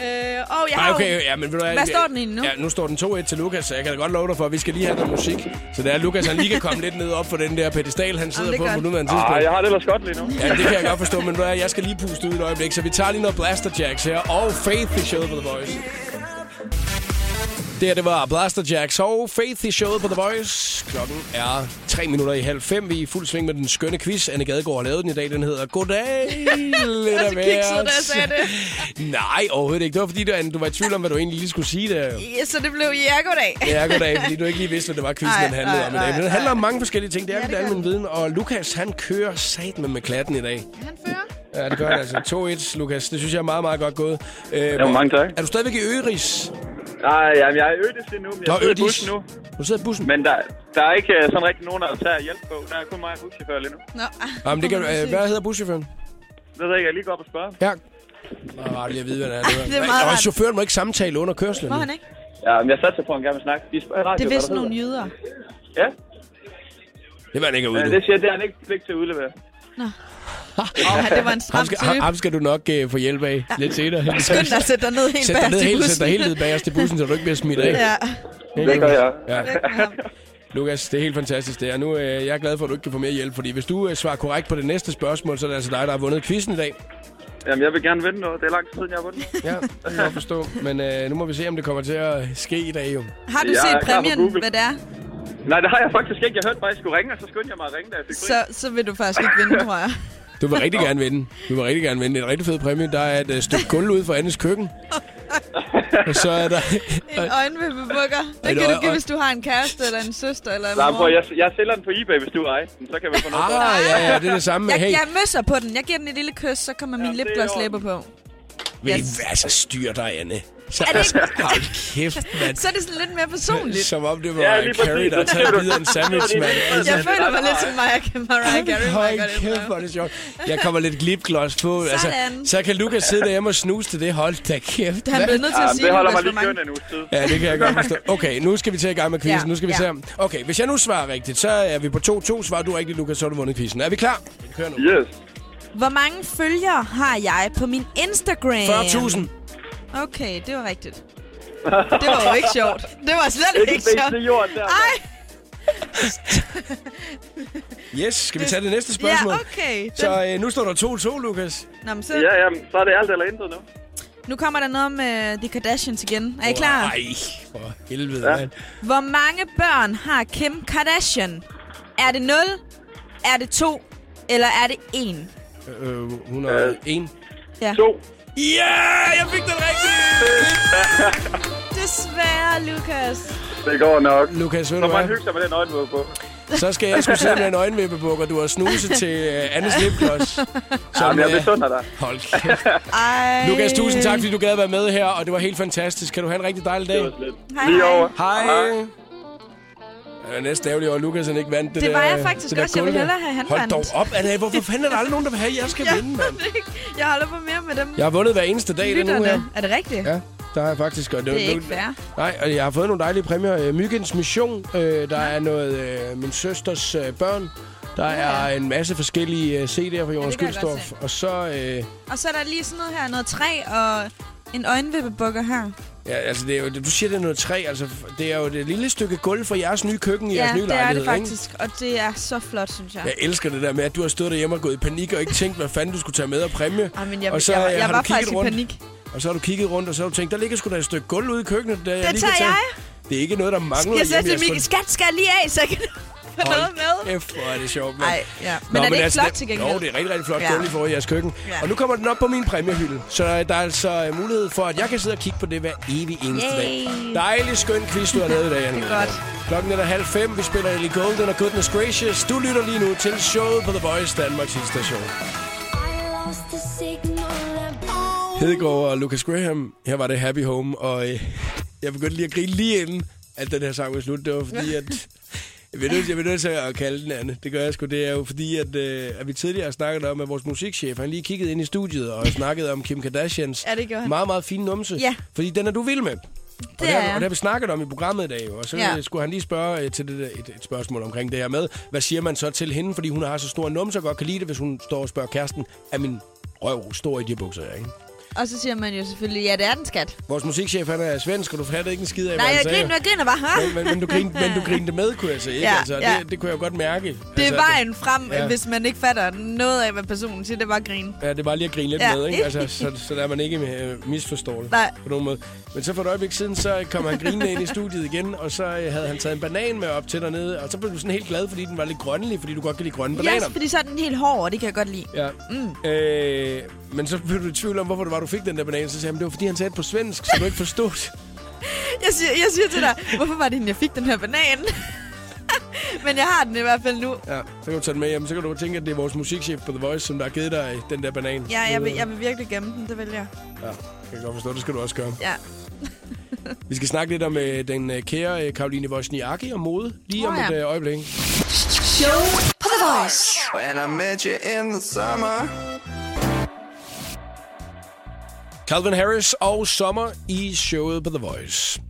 [SPEAKER 2] Øh, og jeg
[SPEAKER 1] Nej,
[SPEAKER 2] har
[SPEAKER 1] okay,
[SPEAKER 2] jo...
[SPEAKER 1] ja, men ved du
[SPEAKER 2] Hvad står den i nu?
[SPEAKER 1] Ja, nu står den 2-1 til Lukas, så jeg kan da godt love dig for, at vi skal lige have noget musik. Så det er, at Lukas han lige kan komme lidt ned op for den der pedestal, han sidder
[SPEAKER 2] det er
[SPEAKER 1] på på
[SPEAKER 2] godt.
[SPEAKER 1] nuværende
[SPEAKER 7] Ah,
[SPEAKER 1] tidspunkt.
[SPEAKER 7] jeg har det ellers godt lige nu.
[SPEAKER 1] Ja, det kan jeg godt forstå, men ved du hvad, jeg skal lige puste ud et øjeblik, så vi tager lige noget Blaster Jacks her, og Faith i showet på The Voice. Det her, det var Blaster Jacks og Faith i showet på The Voice. Klokken er 3 minutter i halv fem. Vi er i fuld sving med den skønne quiz. Anne Gadegaard har lavet den i dag. Den hedder Goddag, lidt af
[SPEAKER 2] kiksede, Altså, da jeg
[SPEAKER 1] hvert.
[SPEAKER 2] sagde det.
[SPEAKER 1] Nej, overhovedet ikke. Det var fordi, du, Anne, du var i tvivl om, hvad du egentlig lige skulle sige der.
[SPEAKER 2] Ja, så det blev ja, goddag.
[SPEAKER 1] Ja, goddag, fordi du ikke lige vidste, hvad det var, quizzen
[SPEAKER 2] Ej,
[SPEAKER 1] den handlede
[SPEAKER 2] ej,
[SPEAKER 1] om i dag. Men den
[SPEAKER 2] ej,
[SPEAKER 1] handler
[SPEAKER 2] ej.
[SPEAKER 1] om mange forskellige ting. Det er
[SPEAKER 2] Ja,
[SPEAKER 1] lidt
[SPEAKER 2] det gør
[SPEAKER 1] almen
[SPEAKER 2] den.
[SPEAKER 1] viden. Og Lukas, han kører satme med klatten i dag.
[SPEAKER 2] Han fører.
[SPEAKER 1] Ja, det gør han altså. 2-1, Lukas. Det synes jeg er meget, meget godt gået. Øh,
[SPEAKER 7] Jamen, mange tak.
[SPEAKER 1] Er du stadigvæk i Øris?
[SPEAKER 7] Nej, jamen, jeg er ødes lige nu, men jeg
[SPEAKER 1] Nå,
[SPEAKER 7] sidder i
[SPEAKER 1] Ødis.
[SPEAKER 7] bussen nu.
[SPEAKER 1] Du sidder i bussen.
[SPEAKER 7] Men der, der er ikke øh, sådan rigtig nogen, der tager hjælp på. Der er kun mig og buschauffør lige nu.
[SPEAKER 2] Nå. ah,
[SPEAKER 1] Jamen, det kan, øh, hvad hedder buschaufføren?
[SPEAKER 7] Det ved jeg ikke, jeg er lige går op og spørger.
[SPEAKER 1] Ja. Det er rart lige at vide, hvad det er.
[SPEAKER 2] Det er meget
[SPEAKER 1] og
[SPEAKER 2] rart.
[SPEAKER 1] chaufføren må ikke samtale under kørslen.
[SPEAKER 2] Må han ikke?
[SPEAKER 7] Ja, men jeg satser på, at han gerne vil snakke. De spørger i radio,
[SPEAKER 2] Det er
[SPEAKER 7] hvad
[SPEAKER 2] vist
[SPEAKER 7] der
[SPEAKER 2] nogle
[SPEAKER 7] hedder.
[SPEAKER 2] jøder.
[SPEAKER 7] Ja,
[SPEAKER 1] Det var han ikke
[SPEAKER 7] men
[SPEAKER 1] ude nu.
[SPEAKER 7] det siger, jeg, det er han ikke pligt til at udlevere.
[SPEAKER 2] Åh, oh, det var en stram
[SPEAKER 1] Ham skal, ham,
[SPEAKER 2] type.
[SPEAKER 1] ham skal du nok øh, få hjælp af lidt senere.
[SPEAKER 2] Skynd dig at sætte dig ned helt
[SPEAKER 1] Sæt dig
[SPEAKER 2] bagerst
[SPEAKER 1] ned
[SPEAKER 2] i
[SPEAKER 1] helt, sæt
[SPEAKER 2] bussen.
[SPEAKER 1] dig helt ned bagerst i bussen, så du ikke bliver smidt af.
[SPEAKER 2] Ja,
[SPEAKER 7] Det gør jeg.
[SPEAKER 1] Ja.
[SPEAKER 2] væk med ham.
[SPEAKER 1] Lukas, det er helt fantastisk det her. Nu øh, jeg er jeg glad for, at du ikke kan få mere hjælp, fordi hvis du øh, svarer korrekt på det næste spørgsmål, så er det altså dig, der har vundet quizzen i dag.
[SPEAKER 7] Jamen, jeg vil gerne vinde noget. Det er lang tid siden, jeg har vundet.
[SPEAKER 1] Ja, det kan jeg godt forstå. Men øh, nu må vi se, om det kommer til at ske i dag jo.
[SPEAKER 2] Har du
[SPEAKER 7] Jeg
[SPEAKER 2] set
[SPEAKER 7] er klar på
[SPEAKER 2] præmien,
[SPEAKER 7] Google.
[SPEAKER 2] hvad det er?
[SPEAKER 7] Nej, det har jeg faktisk ikke. Jeg hørte bare, at I skulle ringe, og så skyndte jeg mig at ringe, da jeg fik
[SPEAKER 2] Så, så vil du faktisk ikke vinde, tror jeg.
[SPEAKER 1] Du vil rigtig gerne vinde. Du vil rigtig gerne vinde. Det er en rigtig fed præmie. Der er et øh, stykke gulv ude for Annes køkken. Og så er der...
[SPEAKER 2] En øjenvippebukker.
[SPEAKER 1] Ej, det
[SPEAKER 2] Det kan du
[SPEAKER 1] var-
[SPEAKER 2] give, hvis du har en kæreste eller en søster eller en
[SPEAKER 7] Nej,
[SPEAKER 2] mor.
[SPEAKER 7] prøv, jeg, jeg sælger den på eBay, hvis du ejer den. Så kan vi få noget. for den.
[SPEAKER 1] Ah, ja, ja, det er det samme med...
[SPEAKER 2] Jeg,
[SPEAKER 1] Hey,
[SPEAKER 2] jeg møsser på den. Jeg giver den et lille kys, så kommer min
[SPEAKER 7] Ja, det er
[SPEAKER 2] lipgloss
[SPEAKER 7] i orden.
[SPEAKER 2] læber på.
[SPEAKER 1] vil I
[SPEAKER 2] yes.
[SPEAKER 1] være så styr dig, Anne? Så, altså,
[SPEAKER 2] Er det ikke-
[SPEAKER 1] Hold kæft, mand.
[SPEAKER 2] Så er det sådan lidt mere personligt.
[SPEAKER 1] Som om det var
[SPEAKER 7] Ja,
[SPEAKER 1] Mariah
[SPEAKER 7] lige
[SPEAKER 1] Carey,
[SPEAKER 7] præcis.
[SPEAKER 1] der har
[SPEAKER 7] Så ser
[SPEAKER 1] taget
[SPEAKER 7] du-
[SPEAKER 1] videre en sandwich, mand.
[SPEAKER 2] Jeg
[SPEAKER 7] Ja,
[SPEAKER 2] føler
[SPEAKER 7] det
[SPEAKER 2] mig
[SPEAKER 7] er
[SPEAKER 2] lidt
[SPEAKER 7] meget.
[SPEAKER 2] som Mariah, Mariah Carey. må jeg
[SPEAKER 1] Hold
[SPEAKER 2] godt
[SPEAKER 1] kæft, hvor
[SPEAKER 2] indrømme.
[SPEAKER 1] er det sjovt. Jeg kommer lidt lipgloss på. Altså,
[SPEAKER 2] Sådan.
[SPEAKER 1] så kan Lukas sidde derhjemme og snuse til det. Hold da kæft.
[SPEAKER 2] Han
[SPEAKER 1] Hvad?
[SPEAKER 2] blev nødt til at
[SPEAKER 7] Jamen,
[SPEAKER 2] sige,
[SPEAKER 7] Ah, det holder mig
[SPEAKER 2] Lukas,
[SPEAKER 7] lige
[SPEAKER 2] hvor mange-
[SPEAKER 7] kørende en uges tid.
[SPEAKER 1] Ja, det kan jeg godt forstå. Okay, nu skal vi til i gang med quizzen.
[SPEAKER 2] Ja,
[SPEAKER 1] nu skal vi
[SPEAKER 2] ja.
[SPEAKER 1] se om... Okay, hvis jeg nu svarer rigtigt, så er vi på 2-2. Svarer du rigtigt, Lukas, så har du vundet quizzen. Er vi klar? Vi kører nu.
[SPEAKER 7] Yes.
[SPEAKER 2] Hvor mange følgere har jeg på min Instagram?
[SPEAKER 1] 40.000.
[SPEAKER 2] Øhm. Okay, det var rigtigt. Det var jo ikke sjovt. Det var slet
[SPEAKER 7] Ikke
[SPEAKER 2] ikke
[SPEAKER 7] bedst
[SPEAKER 2] sjovt.
[SPEAKER 7] til jorden der.
[SPEAKER 2] Ej,
[SPEAKER 1] Yes, skal vi tage det næste
[SPEAKER 2] ja,
[SPEAKER 1] spørgsmål?
[SPEAKER 2] okay. Den,
[SPEAKER 1] Så øh, nu står der 2-2, Lukas.
[SPEAKER 2] nå, men så,
[SPEAKER 7] Ja, jamen, så er det alt eller intet nu.
[SPEAKER 2] nu kommer der noget med The Kardashians igen. Er I klar?
[SPEAKER 1] Nej, for helvede,
[SPEAKER 7] Ja.
[SPEAKER 1] ja. mand.
[SPEAKER 2] Hvor mange børn har Kim Kardashian? Er det 0? Er det 2? Eller er det 1?
[SPEAKER 1] Øh, 101.
[SPEAKER 7] To.
[SPEAKER 1] Ja, yeah, jeg fik den rigtige!
[SPEAKER 2] Desværre, Lukas.
[SPEAKER 7] Det går nok.
[SPEAKER 1] Lukas, ved
[SPEAKER 7] Så
[SPEAKER 1] du
[SPEAKER 7] man
[SPEAKER 1] hvad?
[SPEAKER 7] hygge sig med den øjenmåde på.
[SPEAKER 1] Så skal jeg skulle sidde med en øjenvippebukke, og du har snuse til øh, Annes lipgloss. Som,
[SPEAKER 7] Jamen, jeg
[SPEAKER 1] øh,
[SPEAKER 7] besunder dig.
[SPEAKER 1] Hold kæft.
[SPEAKER 2] Ej.
[SPEAKER 1] Lukas, tusind tak, fordi du gad at være med her, og det var helt fantastisk. Kan du have en rigtig dejlig
[SPEAKER 7] Det
[SPEAKER 1] dag?
[SPEAKER 7] var slet.
[SPEAKER 2] Hej,
[SPEAKER 7] Lige
[SPEAKER 2] hej.
[SPEAKER 7] over.
[SPEAKER 1] Hej. Jeg er næsten ærgerlig over, at Lukas han ikke vandt det
[SPEAKER 2] Det
[SPEAKER 1] der,
[SPEAKER 2] var jeg faktisk
[SPEAKER 1] det der
[SPEAKER 2] også. Jeg ville
[SPEAKER 1] guld der.
[SPEAKER 2] hellere have, han
[SPEAKER 1] Hold
[SPEAKER 2] vandt.
[SPEAKER 1] dog op, Anna. Hvorfor fanden er der aldrig nogen, der vil have, at jeg skal
[SPEAKER 2] Jeg,
[SPEAKER 1] vinde, mand?
[SPEAKER 2] jeg holder på mere med dem.
[SPEAKER 1] Jeg har vundet hver eneste dag den uge her.
[SPEAKER 2] Lytterne. Er det rigtigt?
[SPEAKER 1] Ja, der har jeg faktisk. Og
[SPEAKER 2] Det er ikke fair.
[SPEAKER 1] Nej, og jeg har fået nogle dejlige præmier. Øh, Myggens Mission, øh, der er noget øh, min søsters øh, børn. Der er en masse forskellige øh, CD'er fra Jonas
[SPEAKER 2] det kan jeg godt
[SPEAKER 1] Gyldstorff. Og så... Øh,
[SPEAKER 2] Og så er der lige sådan noget her, noget træ og en øjenvippebukker her.
[SPEAKER 1] ja, altså, det er jo, du siger, det er noget træ. Altså, det er jo det lille stykke gulv fra jeres nye køkken i jeres nye
[SPEAKER 2] det er
[SPEAKER 1] lejlighed.
[SPEAKER 2] det
[SPEAKER 1] Ikke?
[SPEAKER 2] faktisk, og det er så flot, synes jeg.
[SPEAKER 1] Jeg elsker det der med, at du har stået derhjemme og gået i panik og ikke tænkt, hvad fanden du skulle tage med og præmie.
[SPEAKER 2] Ej, men jeg,
[SPEAKER 1] og så,
[SPEAKER 2] jeg,
[SPEAKER 1] øh,
[SPEAKER 2] jeg, jeg
[SPEAKER 1] har
[SPEAKER 2] var
[SPEAKER 1] du kigget
[SPEAKER 2] faktisk
[SPEAKER 1] rundt,
[SPEAKER 2] i panik.
[SPEAKER 1] Og så har du kigget rundt, og så har du tænkt, der ligger sgu da et stykke gulv ude i køkkenet. Der
[SPEAKER 2] Det tager jeg.
[SPEAKER 1] Det er ikke noget, der mangler
[SPEAKER 2] Jeg
[SPEAKER 1] hjemme i
[SPEAKER 2] sagde til
[SPEAKER 1] jeres
[SPEAKER 2] Mikkel, skat skal jeg lige af, så jeg kan få
[SPEAKER 1] Hold
[SPEAKER 2] noget med.
[SPEAKER 1] Kæft, hvor er det sjovt, mand.
[SPEAKER 2] Nej, ja. Men er det ikke flot til gengæld?
[SPEAKER 1] Jo, det er rigtig, rigtig flot
[SPEAKER 2] Ja.
[SPEAKER 1] gulv, I får i jeres køkken.
[SPEAKER 2] Ja.
[SPEAKER 1] Og nu kommer den op på min præmiehylde. Så øh, der er altså øh, mulighed for, at jeg kan sidde og kigge på det hver evig eneste
[SPEAKER 2] Yay.
[SPEAKER 1] dag. Dejlig skøn quiz, du har lavet i dag, Anne.
[SPEAKER 2] godt.
[SPEAKER 1] Klokken er der halv fem. Vi spiller Ellie Golden og Goodness Gracious. Du lytter lige nu til showet på The Voice, Danmarks station. Hedegaard og Lucas Graham. Her var det Happy Home, og øh, jeg begyndte lige at grine lige inden, at den her sang var slut. Det var fordi, at... Jeg bliver nødt til- jeg bliver nødt til at kalde den Anne. Det gør jeg sgu. Det er jo fordi, at, øh, at vi tidligere har snakket om, at vores musikchef, han lige kiggede ind i studiet og snakkede om Kim Kardashians
[SPEAKER 2] Ja, det gjorde han.
[SPEAKER 1] meget, meget fine numse.
[SPEAKER 2] Ja.
[SPEAKER 1] Fordi den er du vild med. Og
[SPEAKER 2] Det
[SPEAKER 1] har-
[SPEAKER 2] er
[SPEAKER 1] og
[SPEAKER 2] jeg.
[SPEAKER 1] det har vi snakket om i programmet i dag, jo. og så
[SPEAKER 2] Ja.
[SPEAKER 1] ja. skulle han lige spørge øh, til det der, et, et spørgsmål omkring det her med, hvad siger man så til hende, fordi hun har så stor numse og godt kan lide det, hvis hun står og spørger kæresten, er min røv stor i de her bukser her, ikke?
[SPEAKER 2] Og så siger man jo selvfølgelig, ja, det er den, skat.
[SPEAKER 1] Vores musikchef, han er svensk, og du fatter ikke en skid af,
[SPEAKER 2] Nej,
[SPEAKER 1] hvad
[SPEAKER 2] jeg
[SPEAKER 1] han sagde.
[SPEAKER 2] griner, jeg griner bare.
[SPEAKER 1] Men, men, men, du grinte, men du grinte med, kunne jeg sige. Ikke?
[SPEAKER 2] Ja,
[SPEAKER 1] altså,
[SPEAKER 2] ja.
[SPEAKER 1] Det, det kunne jeg jo godt mærke.
[SPEAKER 2] Det er
[SPEAKER 1] altså,
[SPEAKER 2] vejen frem,
[SPEAKER 1] Ja.
[SPEAKER 2] ja. hvis man ikke fatter noget af, hvad personen siger. Det er bare at grine.
[SPEAKER 1] Ja, det er bare lige at grine lidt ja.
[SPEAKER 2] Ja.
[SPEAKER 1] med, ikke? Altså, så, så der man ikke øh, misforstår det
[SPEAKER 2] Nej.
[SPEAKER 1] på nogen måde. Men så for et øjeblik siden, så kom han grinende ind i studiet igen, og så øh, havde han taget en banan med op til dernede, og så blev du sådan helt glad, fordi den var lidt grønlig, fordi du godt kan lide grønne bananer.
[SPEAKER 2] Ja, yes, fordi så er den helt hård, og det kan jeg godt lide.
[SPEAKER 1] Ja. Mm. Øh, men så blev du i tvivl om, hvorfor det var, du fik den der banan. Så sagde han, det var fordi, han sagde det på svensk, så du ikke forstod det.
[SPEAKER 2] Jeg siger, jeg siger til dig, hvorfor var det, egentlig, jeg fik den her banan? Men jeg har den i hvert fald nu.
[SPEAKER 1] Ja, så kan du tage den med hjem. Så kan du tænke, at det er vores musikchef på The Voice, som der har givet dig den der banan.
[SPEAKER 2] Ja, jeg vil, jeg vil virkelig gemme den, det vil jeg.
[SPEAKER 1] Ja, det kan jeg godt forstå. Det skal du også gøre.
[SPEAKER 2] Ja.
[SPEAKER 1] Vi skal snakke lidt om øh, den øh, kære øh, Karoline Wozniacki og mode lige
[SPEAKER 2] Åh,
[SPEAKER 1] om
[SPEAKER 2] ja.
[SPEAKER 1] et øh, øjeblik.
[SPEAKER 8] And I met you in the summer.
[SPEAKER 1] Calvin Harris og Sommer i showet på The Voice.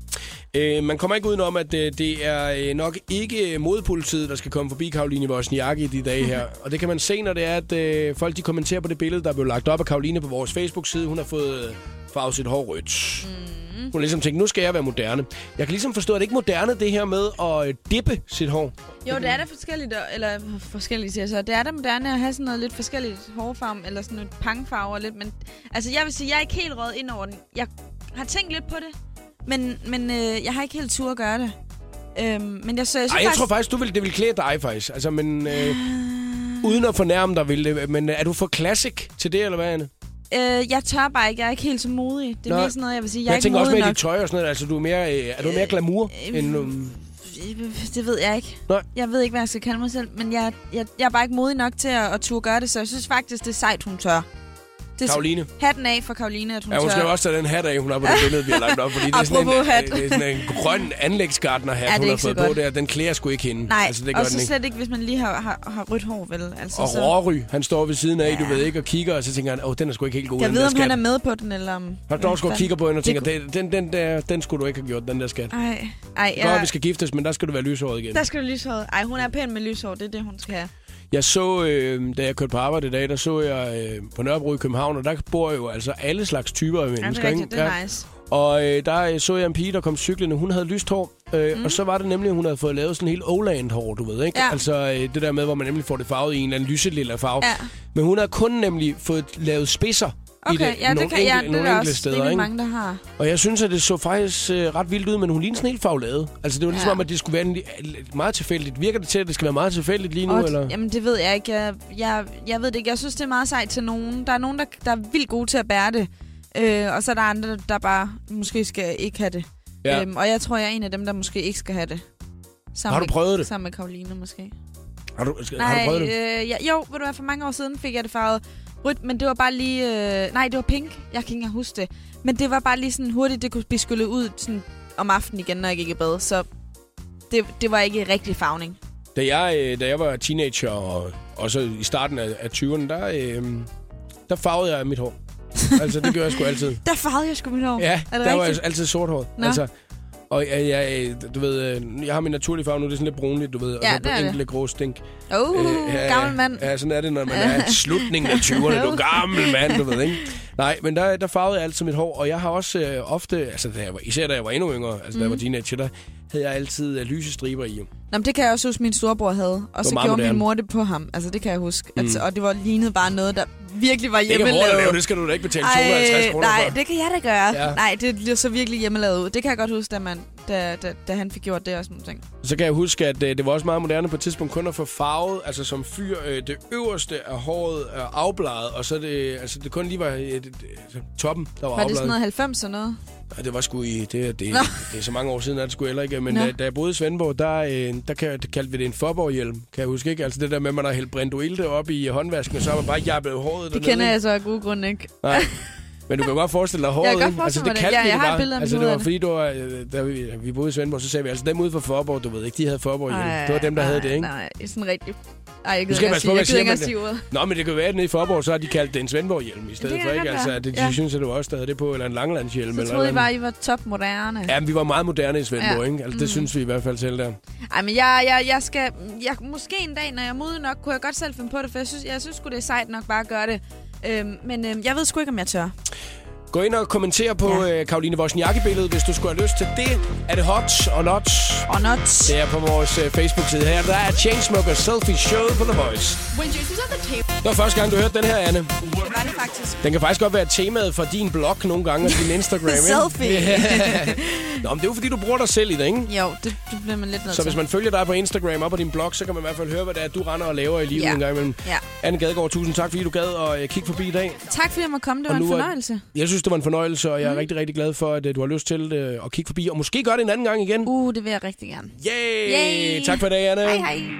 [SPEAKER 1] Øh, man kommer ikke udenom, at øh, det er øh, nok ikke modpolitiet, der skal komme forbi Karoline Wozniacki de dage her. Og det kan man se, når det er, at øh, folk de kommenterer på det billede, der blev lagt op af Karoline på vores Facebook-side. Hun har fået øh, farvet sit hår rødt. Mm. Hun har ligesom tænkt, nu skal jeg være moderne. Jeg kan ligesom forstå, at det ikke er moderne det her med at øh, dippe sit hår.
[SPEAKER 2] Jo, det er da forskelligt, og- eller hm, forskelligt siger jeg så. Det er da moderne at have sådan noget lidt forskelligt hårfarve, eller sådan noget pangfarve og lidt, men... Altså, jeg vil sige, jeg er ikke helt røget ind over den. Jeg har tænkt lidt på det, men, men øh, jeg har ikke helt tur at gøre det. Øhm, men jeg, så, jeg, synes
[SPEAKER 1] Ej, jeg tror faktisk, du vil, det vil klæde dig faktisk. Altså, men... Øh, Uden at fornærme dig, vil det. Men øh, er du for classic til det, eller hvad, Anne?
[SPEAKER 2] Øh, jeg tør bare ikke. Jeg er ikke helt så modig. Det er
[SPEAKER 1] Nå.
[SPEAKER 2] mere sådan noget, jeg vil sige. Jeg,
[SPEAKER 1] Jeg,
[SPEAKER 2] er
[SPEAKER 1] jeg
[SPEAKER 2] ikke
[SPEAKER 1] tænker også
[SPEAKER 2] modig
[SPEAKER 1] med
[SPEAKER 2] nok.
[SPEAKER 1] dit tøj og sådan noget. Altså, du er mere, øh, er du mere glamour øh,
[SPEAKER 2] øh,
[SPEAKER 1] end... Um,
[SPEAKER 2] Det ved jeg ikke.
[SPEAKER 1] Nej.
[SPEAKER 2] Jeg ved ikke, hvad jeg skal kalde mig selv, men jeg, jeg, jeg er bare ikke modig nok til at, at turde gøre det, så jeg synes faktisk, det er sejt, hun tør. Det er
[SPEAKER 1] Karoline.
[SPEAKER 2] Hatten af for Karoline, at hun
[SPEAKER 1] Ja, hun
[SPEAKER 2] tør.
[SPEAKER 1] skal jo også tage den hat af, hun har på det billede, vi har lagt op. Fordi det er sådan en,
[SPEAKER 2] Apropos hat.
[SPEAKER 1] øh, det er sådan en grøn anlægsgardnerhat,
[SPEAKER 2] Ja, det er
[SPEAKER 1] hun har
[SPEAKER 2] ikke så
[SPEAKER 1] fået på
[SPEAKER 2] godt.
[SPEAKER 1] der. Den klæder sgu ikke hende.
[SPEAKER 2] Nej,
[SPEAKER 1] altså, det gør
[SPEAKER 2] og så
[SPEAKER 1] den ikke.
[SPEAKER 2] slet ikke, hvis man lige har, har, har rødt hår, vel? Altså,
[SPEAKER 1] Og
[SPEAKER 2] så...
[SPEAKER 1] Rory, han står ved siden af, du ved ikke, og kigger, og så tænker han, åh, den er sgu ikke helt god,
[SPEAKER 2] Jeg
[SPEAKER 1] den
[SPEAKER 2] ved,
[SPEAKER 1] der
[SPEAKER 2] om han
[SPEAKER 1] skat.
[SPEAKER 2] er med på den, eller om...
[SPEAKER 1] Han står sgu og
[SPEAKER 2] Hvad
[SPEAKER 1] kigger på hende og tænker,
[SPEAKER 2] fanden?
[SPEAKER 1] den, den, den, der, den skulle du ikke have gjort, den der skat.
[SPEAKER 2] Ej, ej,
[SPEAKER 1] Ja. Godt,
[SPEAKER 2] jeg...
[SPEAKER 1] vi skal giftes, men der skal du være lyshåret igen.
[SPEAKER 2] Der skal du lyshåret. Ej, hun er pæn med lyshår. Det er det, hun skal have.
[SPEAKER 1] Jeg så, øh, da jeg kørte på arbejde i dag, der så jeg øh, på Nørrebro i København, og der bor jo altså alle slags typer af
[SPEAKER 2] Ja, det
[SPEAKER 1] mennesker.
[SPEAKER 2] er
[SPEAKER 1] ikke?
[SPEAKER 2] rigtigt. Det
[SPEAKER 1] Ja.
[SPEAKER 2] er nice.
[SPEAKER 1] Og øh, der øh, så jeg en pige, der kom cyklende. Hun havde lyst hår, øh, mm. og så var det nemlig, at hun havde fået lavet sådan en helt Oland-hår, du ved, ikke?
[SPEAKER 2] Ja.
[SPEAKER 1] Altså øh, det der med, hvor man nemlig får det farvet i en eller anden lyselilla farve.
[SPEAKER 2] Ja.
[SPEAKER 1] Men hun havde kun nemlig fået lavet spidser i det,
[SPEAKER 2] Okay, ja,
[SPEAKER 1] nogle
[SPEAKER 2] det kan jeg.
[SPEAKER 1] enkelte,
[SPEAKER 2] Det er
[SPEAKER 1] nogle
[SPEAKER 2] der
[SPEAKER 1] enkelte
[SPEAKER 2] også
[SPEAKER 1] steder,
[SPEAKER 2] rimelig
[SPEAKER 1] ikke?
[SPEAKER 2] mange, der har.
[SPEAKER 1] Og jeg synes, at det så faktisk øh, ret vildt ud, men hun lignede sådan helt faglade. Altså det var ligesom
[SPEAKER 2] Ja.
[SPEAKER 1] om, at det skulle være en, li- meget tilfældigt. Virker det til, at det skal være meget tilfældigt lige nu,
[SPEAKER 2] Og,
[SPEAKER 1] eller?
[SPEAKER 2] Jamen, det ved jeg ikke. Jeg, jeg, jeg ved det ikke. Jeg synes, det er meget sejt til nogen. Der er nogen, der, der er vildt gode til at bære det. Øh, og så er der andre, der bare måske skal ikke have det.
[SPEAKER 1] Ja.
[SPEAKER 2] Øhm, og jeg tror, jeg er en af dem, der måske ikke skal have det. Sammen
[SPEAKER 1] Har du
[SPEAKER 2] med,
[SPEAKER 1] prøvet det?
[SPEAKER 2] Sammen med Karoline måske.
[SPEAKER 1] Har du, skal, har du prøvet det?
[SPEAKER 2] øh, ja, jo, ved du hvad, for mange år siden fik jeg det farvet rødt, men det var bare lige... Øh, nej, det var pink. Jeg kan ikke engang huske det. Men det var bare lige sådan hurtigt, det kunne blive skyllet ud sådan, om aftenen igen, når jeg gik i bad. Så det, det var ikke rigtig farvning.
[SPEAKER 1] Da jeg, øh, da jeg var teenager, og også i starten af, af 20'erne, der, øh, der farvede jeg mit hår. Altså, det gør jeg sgu altid.
[SPEAKER 2] Der farvede jeg sgu mit hår.
[SPEAKER 1] Ja,
[SPEAKER 2] er det
[SPEAKER 1] der var jeg
[SPEAKER 2] rigtigt?
[SPEAKER 1] altid sort hår.
[SPEAKER 2] Nå.
[SPEAKER 1] Altså, og jeg, jeg, øh, du ved, øh, jeg har min naturlige farve nu, det er sådan lidt brunligt, du ved, og
[SPEAKER 2] Ja,
[SPEAKER 1] så
[SPEAKER 2] det er det.
[SPEAKER 1] enkelte grå stink.
[SPEAKER 2] Åh, oh,
[SPEAKER 1] ja,
[SPEAKER 2] gammel mand.
[SPEAKER 1] Øh, Ja, sådan er det, når man er i slutningen af 20'erne. Du er gammel mand, du ved, ikke? Nej, men der, der farvede jeg altid mit hår, og jeg har også øh, ofte, altså da jeg var, især da jeg var endnu yngre, altså mm. da jeg var teenager, der havde jeg altid øh, lyse striber i.
[SPEAKER 2] Nå, men det kan jeg også huske, min storebror havde. Og så
[SPEAKER 1] meget
[SPEAKER 2] gjorde
[SPEAKER 1] moderne.
[SPEAKER 2] min mor det på ham. Altså, det kan jeg huske. Mm. Altså, og det var lignede bare noget, der virkelig var
[SPEAKER 1] Det kan
[SPEAKER 2] hjemmelavet.
[SPEAKER 1] hårdt at lave, det skal du da ikke betale 250 kroner
[SPEAKER 2] øh, nej,
[SPEAKER 1] for.
[SPEAKER 2] det kan jeg da gøre.
[SPEAKER 1] Ja.
[SPEAKER 2] Ja. Nej, det bliver så virkelig hjemmelavet ud. Det kan jeg godt huske, da, man, da, da, da han fik gjort det og sådan nogle ting.
[SPEAKER 1] Så kan jeg huske, at øh, det var også meget moderne på et tidspunkt kun at få farvet, altså som fyr, øh, det øverste af håret er afbladet, og så det, altså det kun lige var øh, det, det, altså, toppen, der var,
[SPEAKER 2] Var det
[SPEAKER 1] afbladet.
[SPEAKER 2] sådan noget 90 og noget?
[SPEAKER 1] Ja, det var sgu i, det, det, det,
[SPEAKER 2] Nå.
[SPEAKER 1] det er så mange år siden, at det skulle heller ikke, men
[SPEAKER 2] Nå.
[SPEAKER 1] da, da, jeg boede i Svendborg, der, øh, der, kan, der kaldte vi det en forborghjelm, kan jeg huske, ikke? Altså det der med, at man har hældt brindoilte op i håndvasken, og så har man bare jappet håret
[SPEAKER 2] Det
[SPEAKER 1] dernede,
[SPEAKER 2] kender
[SPEAKER 1] ikke?
[SPEAKER 2] jeg så af gode grunde ikke.
[SPEAKER 1] Nej. Men du kan godt forestille dig håret,
[SPEAKER 2] Jeg kan godt
[SPEAKER 1] ikke? Altså,
[SPEAKER 2] forestille mig det.
[SPEAKER 1] kaldte
[SPEAKER 2] Ja,
[SPEAKER 1] vi
[SPEAKER 2] jeg har et
[SPEAKER 1] bare.
[SPEAKER 2] billede af mit
[SPEAKER 1] Altså, det
[SPEAKER 2] hoved
[SPEAKER 1] var
[SPEAKER 2] af det.
[SPEAKER 1] fordi, du var, øh, da vi, vi boede i Svendborg, så sagde vi, altså dem ude fra Forborg, du ved ikke, de havde Forborg hjemme. Det var dem, der
[SPEAKER 2] Ej,
[SPEAKER 1] havde det, ikke?
[SPEAKER 2] Nej, sådan rigtig... Ej, jeg
[SPEAKER 1] Nu
[SPEAKER 2] gider
[SPEAKER 1] skal
[SPEAKER 2] ikke
[SPEAKER 1] jeg
[SPEAKER 2] at
[SPEAKER 1] passe på,
[SPEAKER 2] sige,
[SPEAKER 1] hvad
[SPEAKER 2] jeg
[SPEAKER 1] jeg
[SPEAKER 2] gider
[SPEAKER 1] siger,
[SPEAKER 2] ikke
[SPEAKER 1] men
[SPEAKER 2] at sige ordet.
[SPEAKER 1] Nå, men det kan være, at nede i Forborg, så har de kaldt det en Svendborg-hjelm i stedet
[SPEAKER 2] kan
[SPEAKER 1] for,
[SPEAKER 2] det
[SPEAKER 1] ikke?
[SPEAKER 2] godt
[SPEAKER 1] Altså,
[SPEAKER 2] være.
[SPEAKER 1] det, de
[SPEAKER 2] Ja.
[SPEAKER 1] synes, at det var også, der havde det på, eller en langlandshjelm.
[SPEAKER 2] Så
[SPEAKER 1] eller
[SPEAKER 2] troede
[SPEAKER 1] et
[SPEAKER 2] I
[SPEAKER 1] eller
[SPEAKER 2] bare,
[SPEAKER 1] andet.
[SPEAKER 2] I var topmoderne.
[SPEAKER 1] Ja, men vi var meget moderne i Svendborg,
[SPEAKER 2] Ja. Mm.
[SPEAKER 1] ikke? Altså, det synes vi i hvert fald selv der.
[SPEAKER 2] Ej, men jeg, jeg, jeg skal... Jeg, måske en dag, når jeg er modig nok, kunne jeg godt selv finde på det, for jeg synes, jeg synes sgu, det er sejt nok bare at gøre det. Øhm, men øhm, jeg ved sgu ikke, om jeg tør.
[SPEAKER 1] Gå ind og kommenter på ja. øh, Karoline Wozniacki-billedet, hvis du skulle have lyst til det. Er det hot og not?
[SPEAKER 2] Og not.
[SPEAKER 1] Det er på vores øh, Facebook-side her. Der er Chainsmokers Selfie Show på The Voice. Det var første gang, du hørte den her, Anne.
[SPEAKER 2] Det var det faktisk.
[SPEAKER 1] Den kan faktisk godt være temaet for din blog nogle gange og din Instagram. ikke?
[SPEAKER 2] Selfie.
[SPEAKER 1] Ja. Nå, men det er jo fordi, du bruger dig selv i det, ikke?
[SPEAKER 2] Jo, det, det bliver man lidt nødt
[SPEAKER 1] Så hvis
[SPEAKER 2] til.
[SPEAKER 1] man følger dig på Instagram og på din blog, så kan man i hvert fald høre, hvad det er, du render og laver i livet
[SPEAKER 2] Ja.
[SPEAKER 1] en gang imellem.
[SPEAKER 2] Ja.
[SPEAKER 1] Anne Gadegaard, tusind tak, fordi du gad at øh, kigge forbi i dag.
[SPEAKER 2] Tak fordi jeg måtte komme. Det
[SPEAKER 1] Og
[SPEAKER 2] var en
[SPEAKER 1] nu er-
[SPEAKER 2] fornøjelse.
[SPEAKER 1] Jeg synes, det var en fornøjelse, og jeg er rigtig, rigtig glad for, at øh, du har lyst til øh, at kigge forbi. Og måske gør det en anden gang igen.
[SPEAKER 2] Uh, det vil jeg rigtig gerne.
[SPEAKER 1] Yay!
[SPEAKER 2] Uh. Yay!
[SPEAKER 1] Tak for i dag, Anna.
[SPEAKER 2] Hej hej.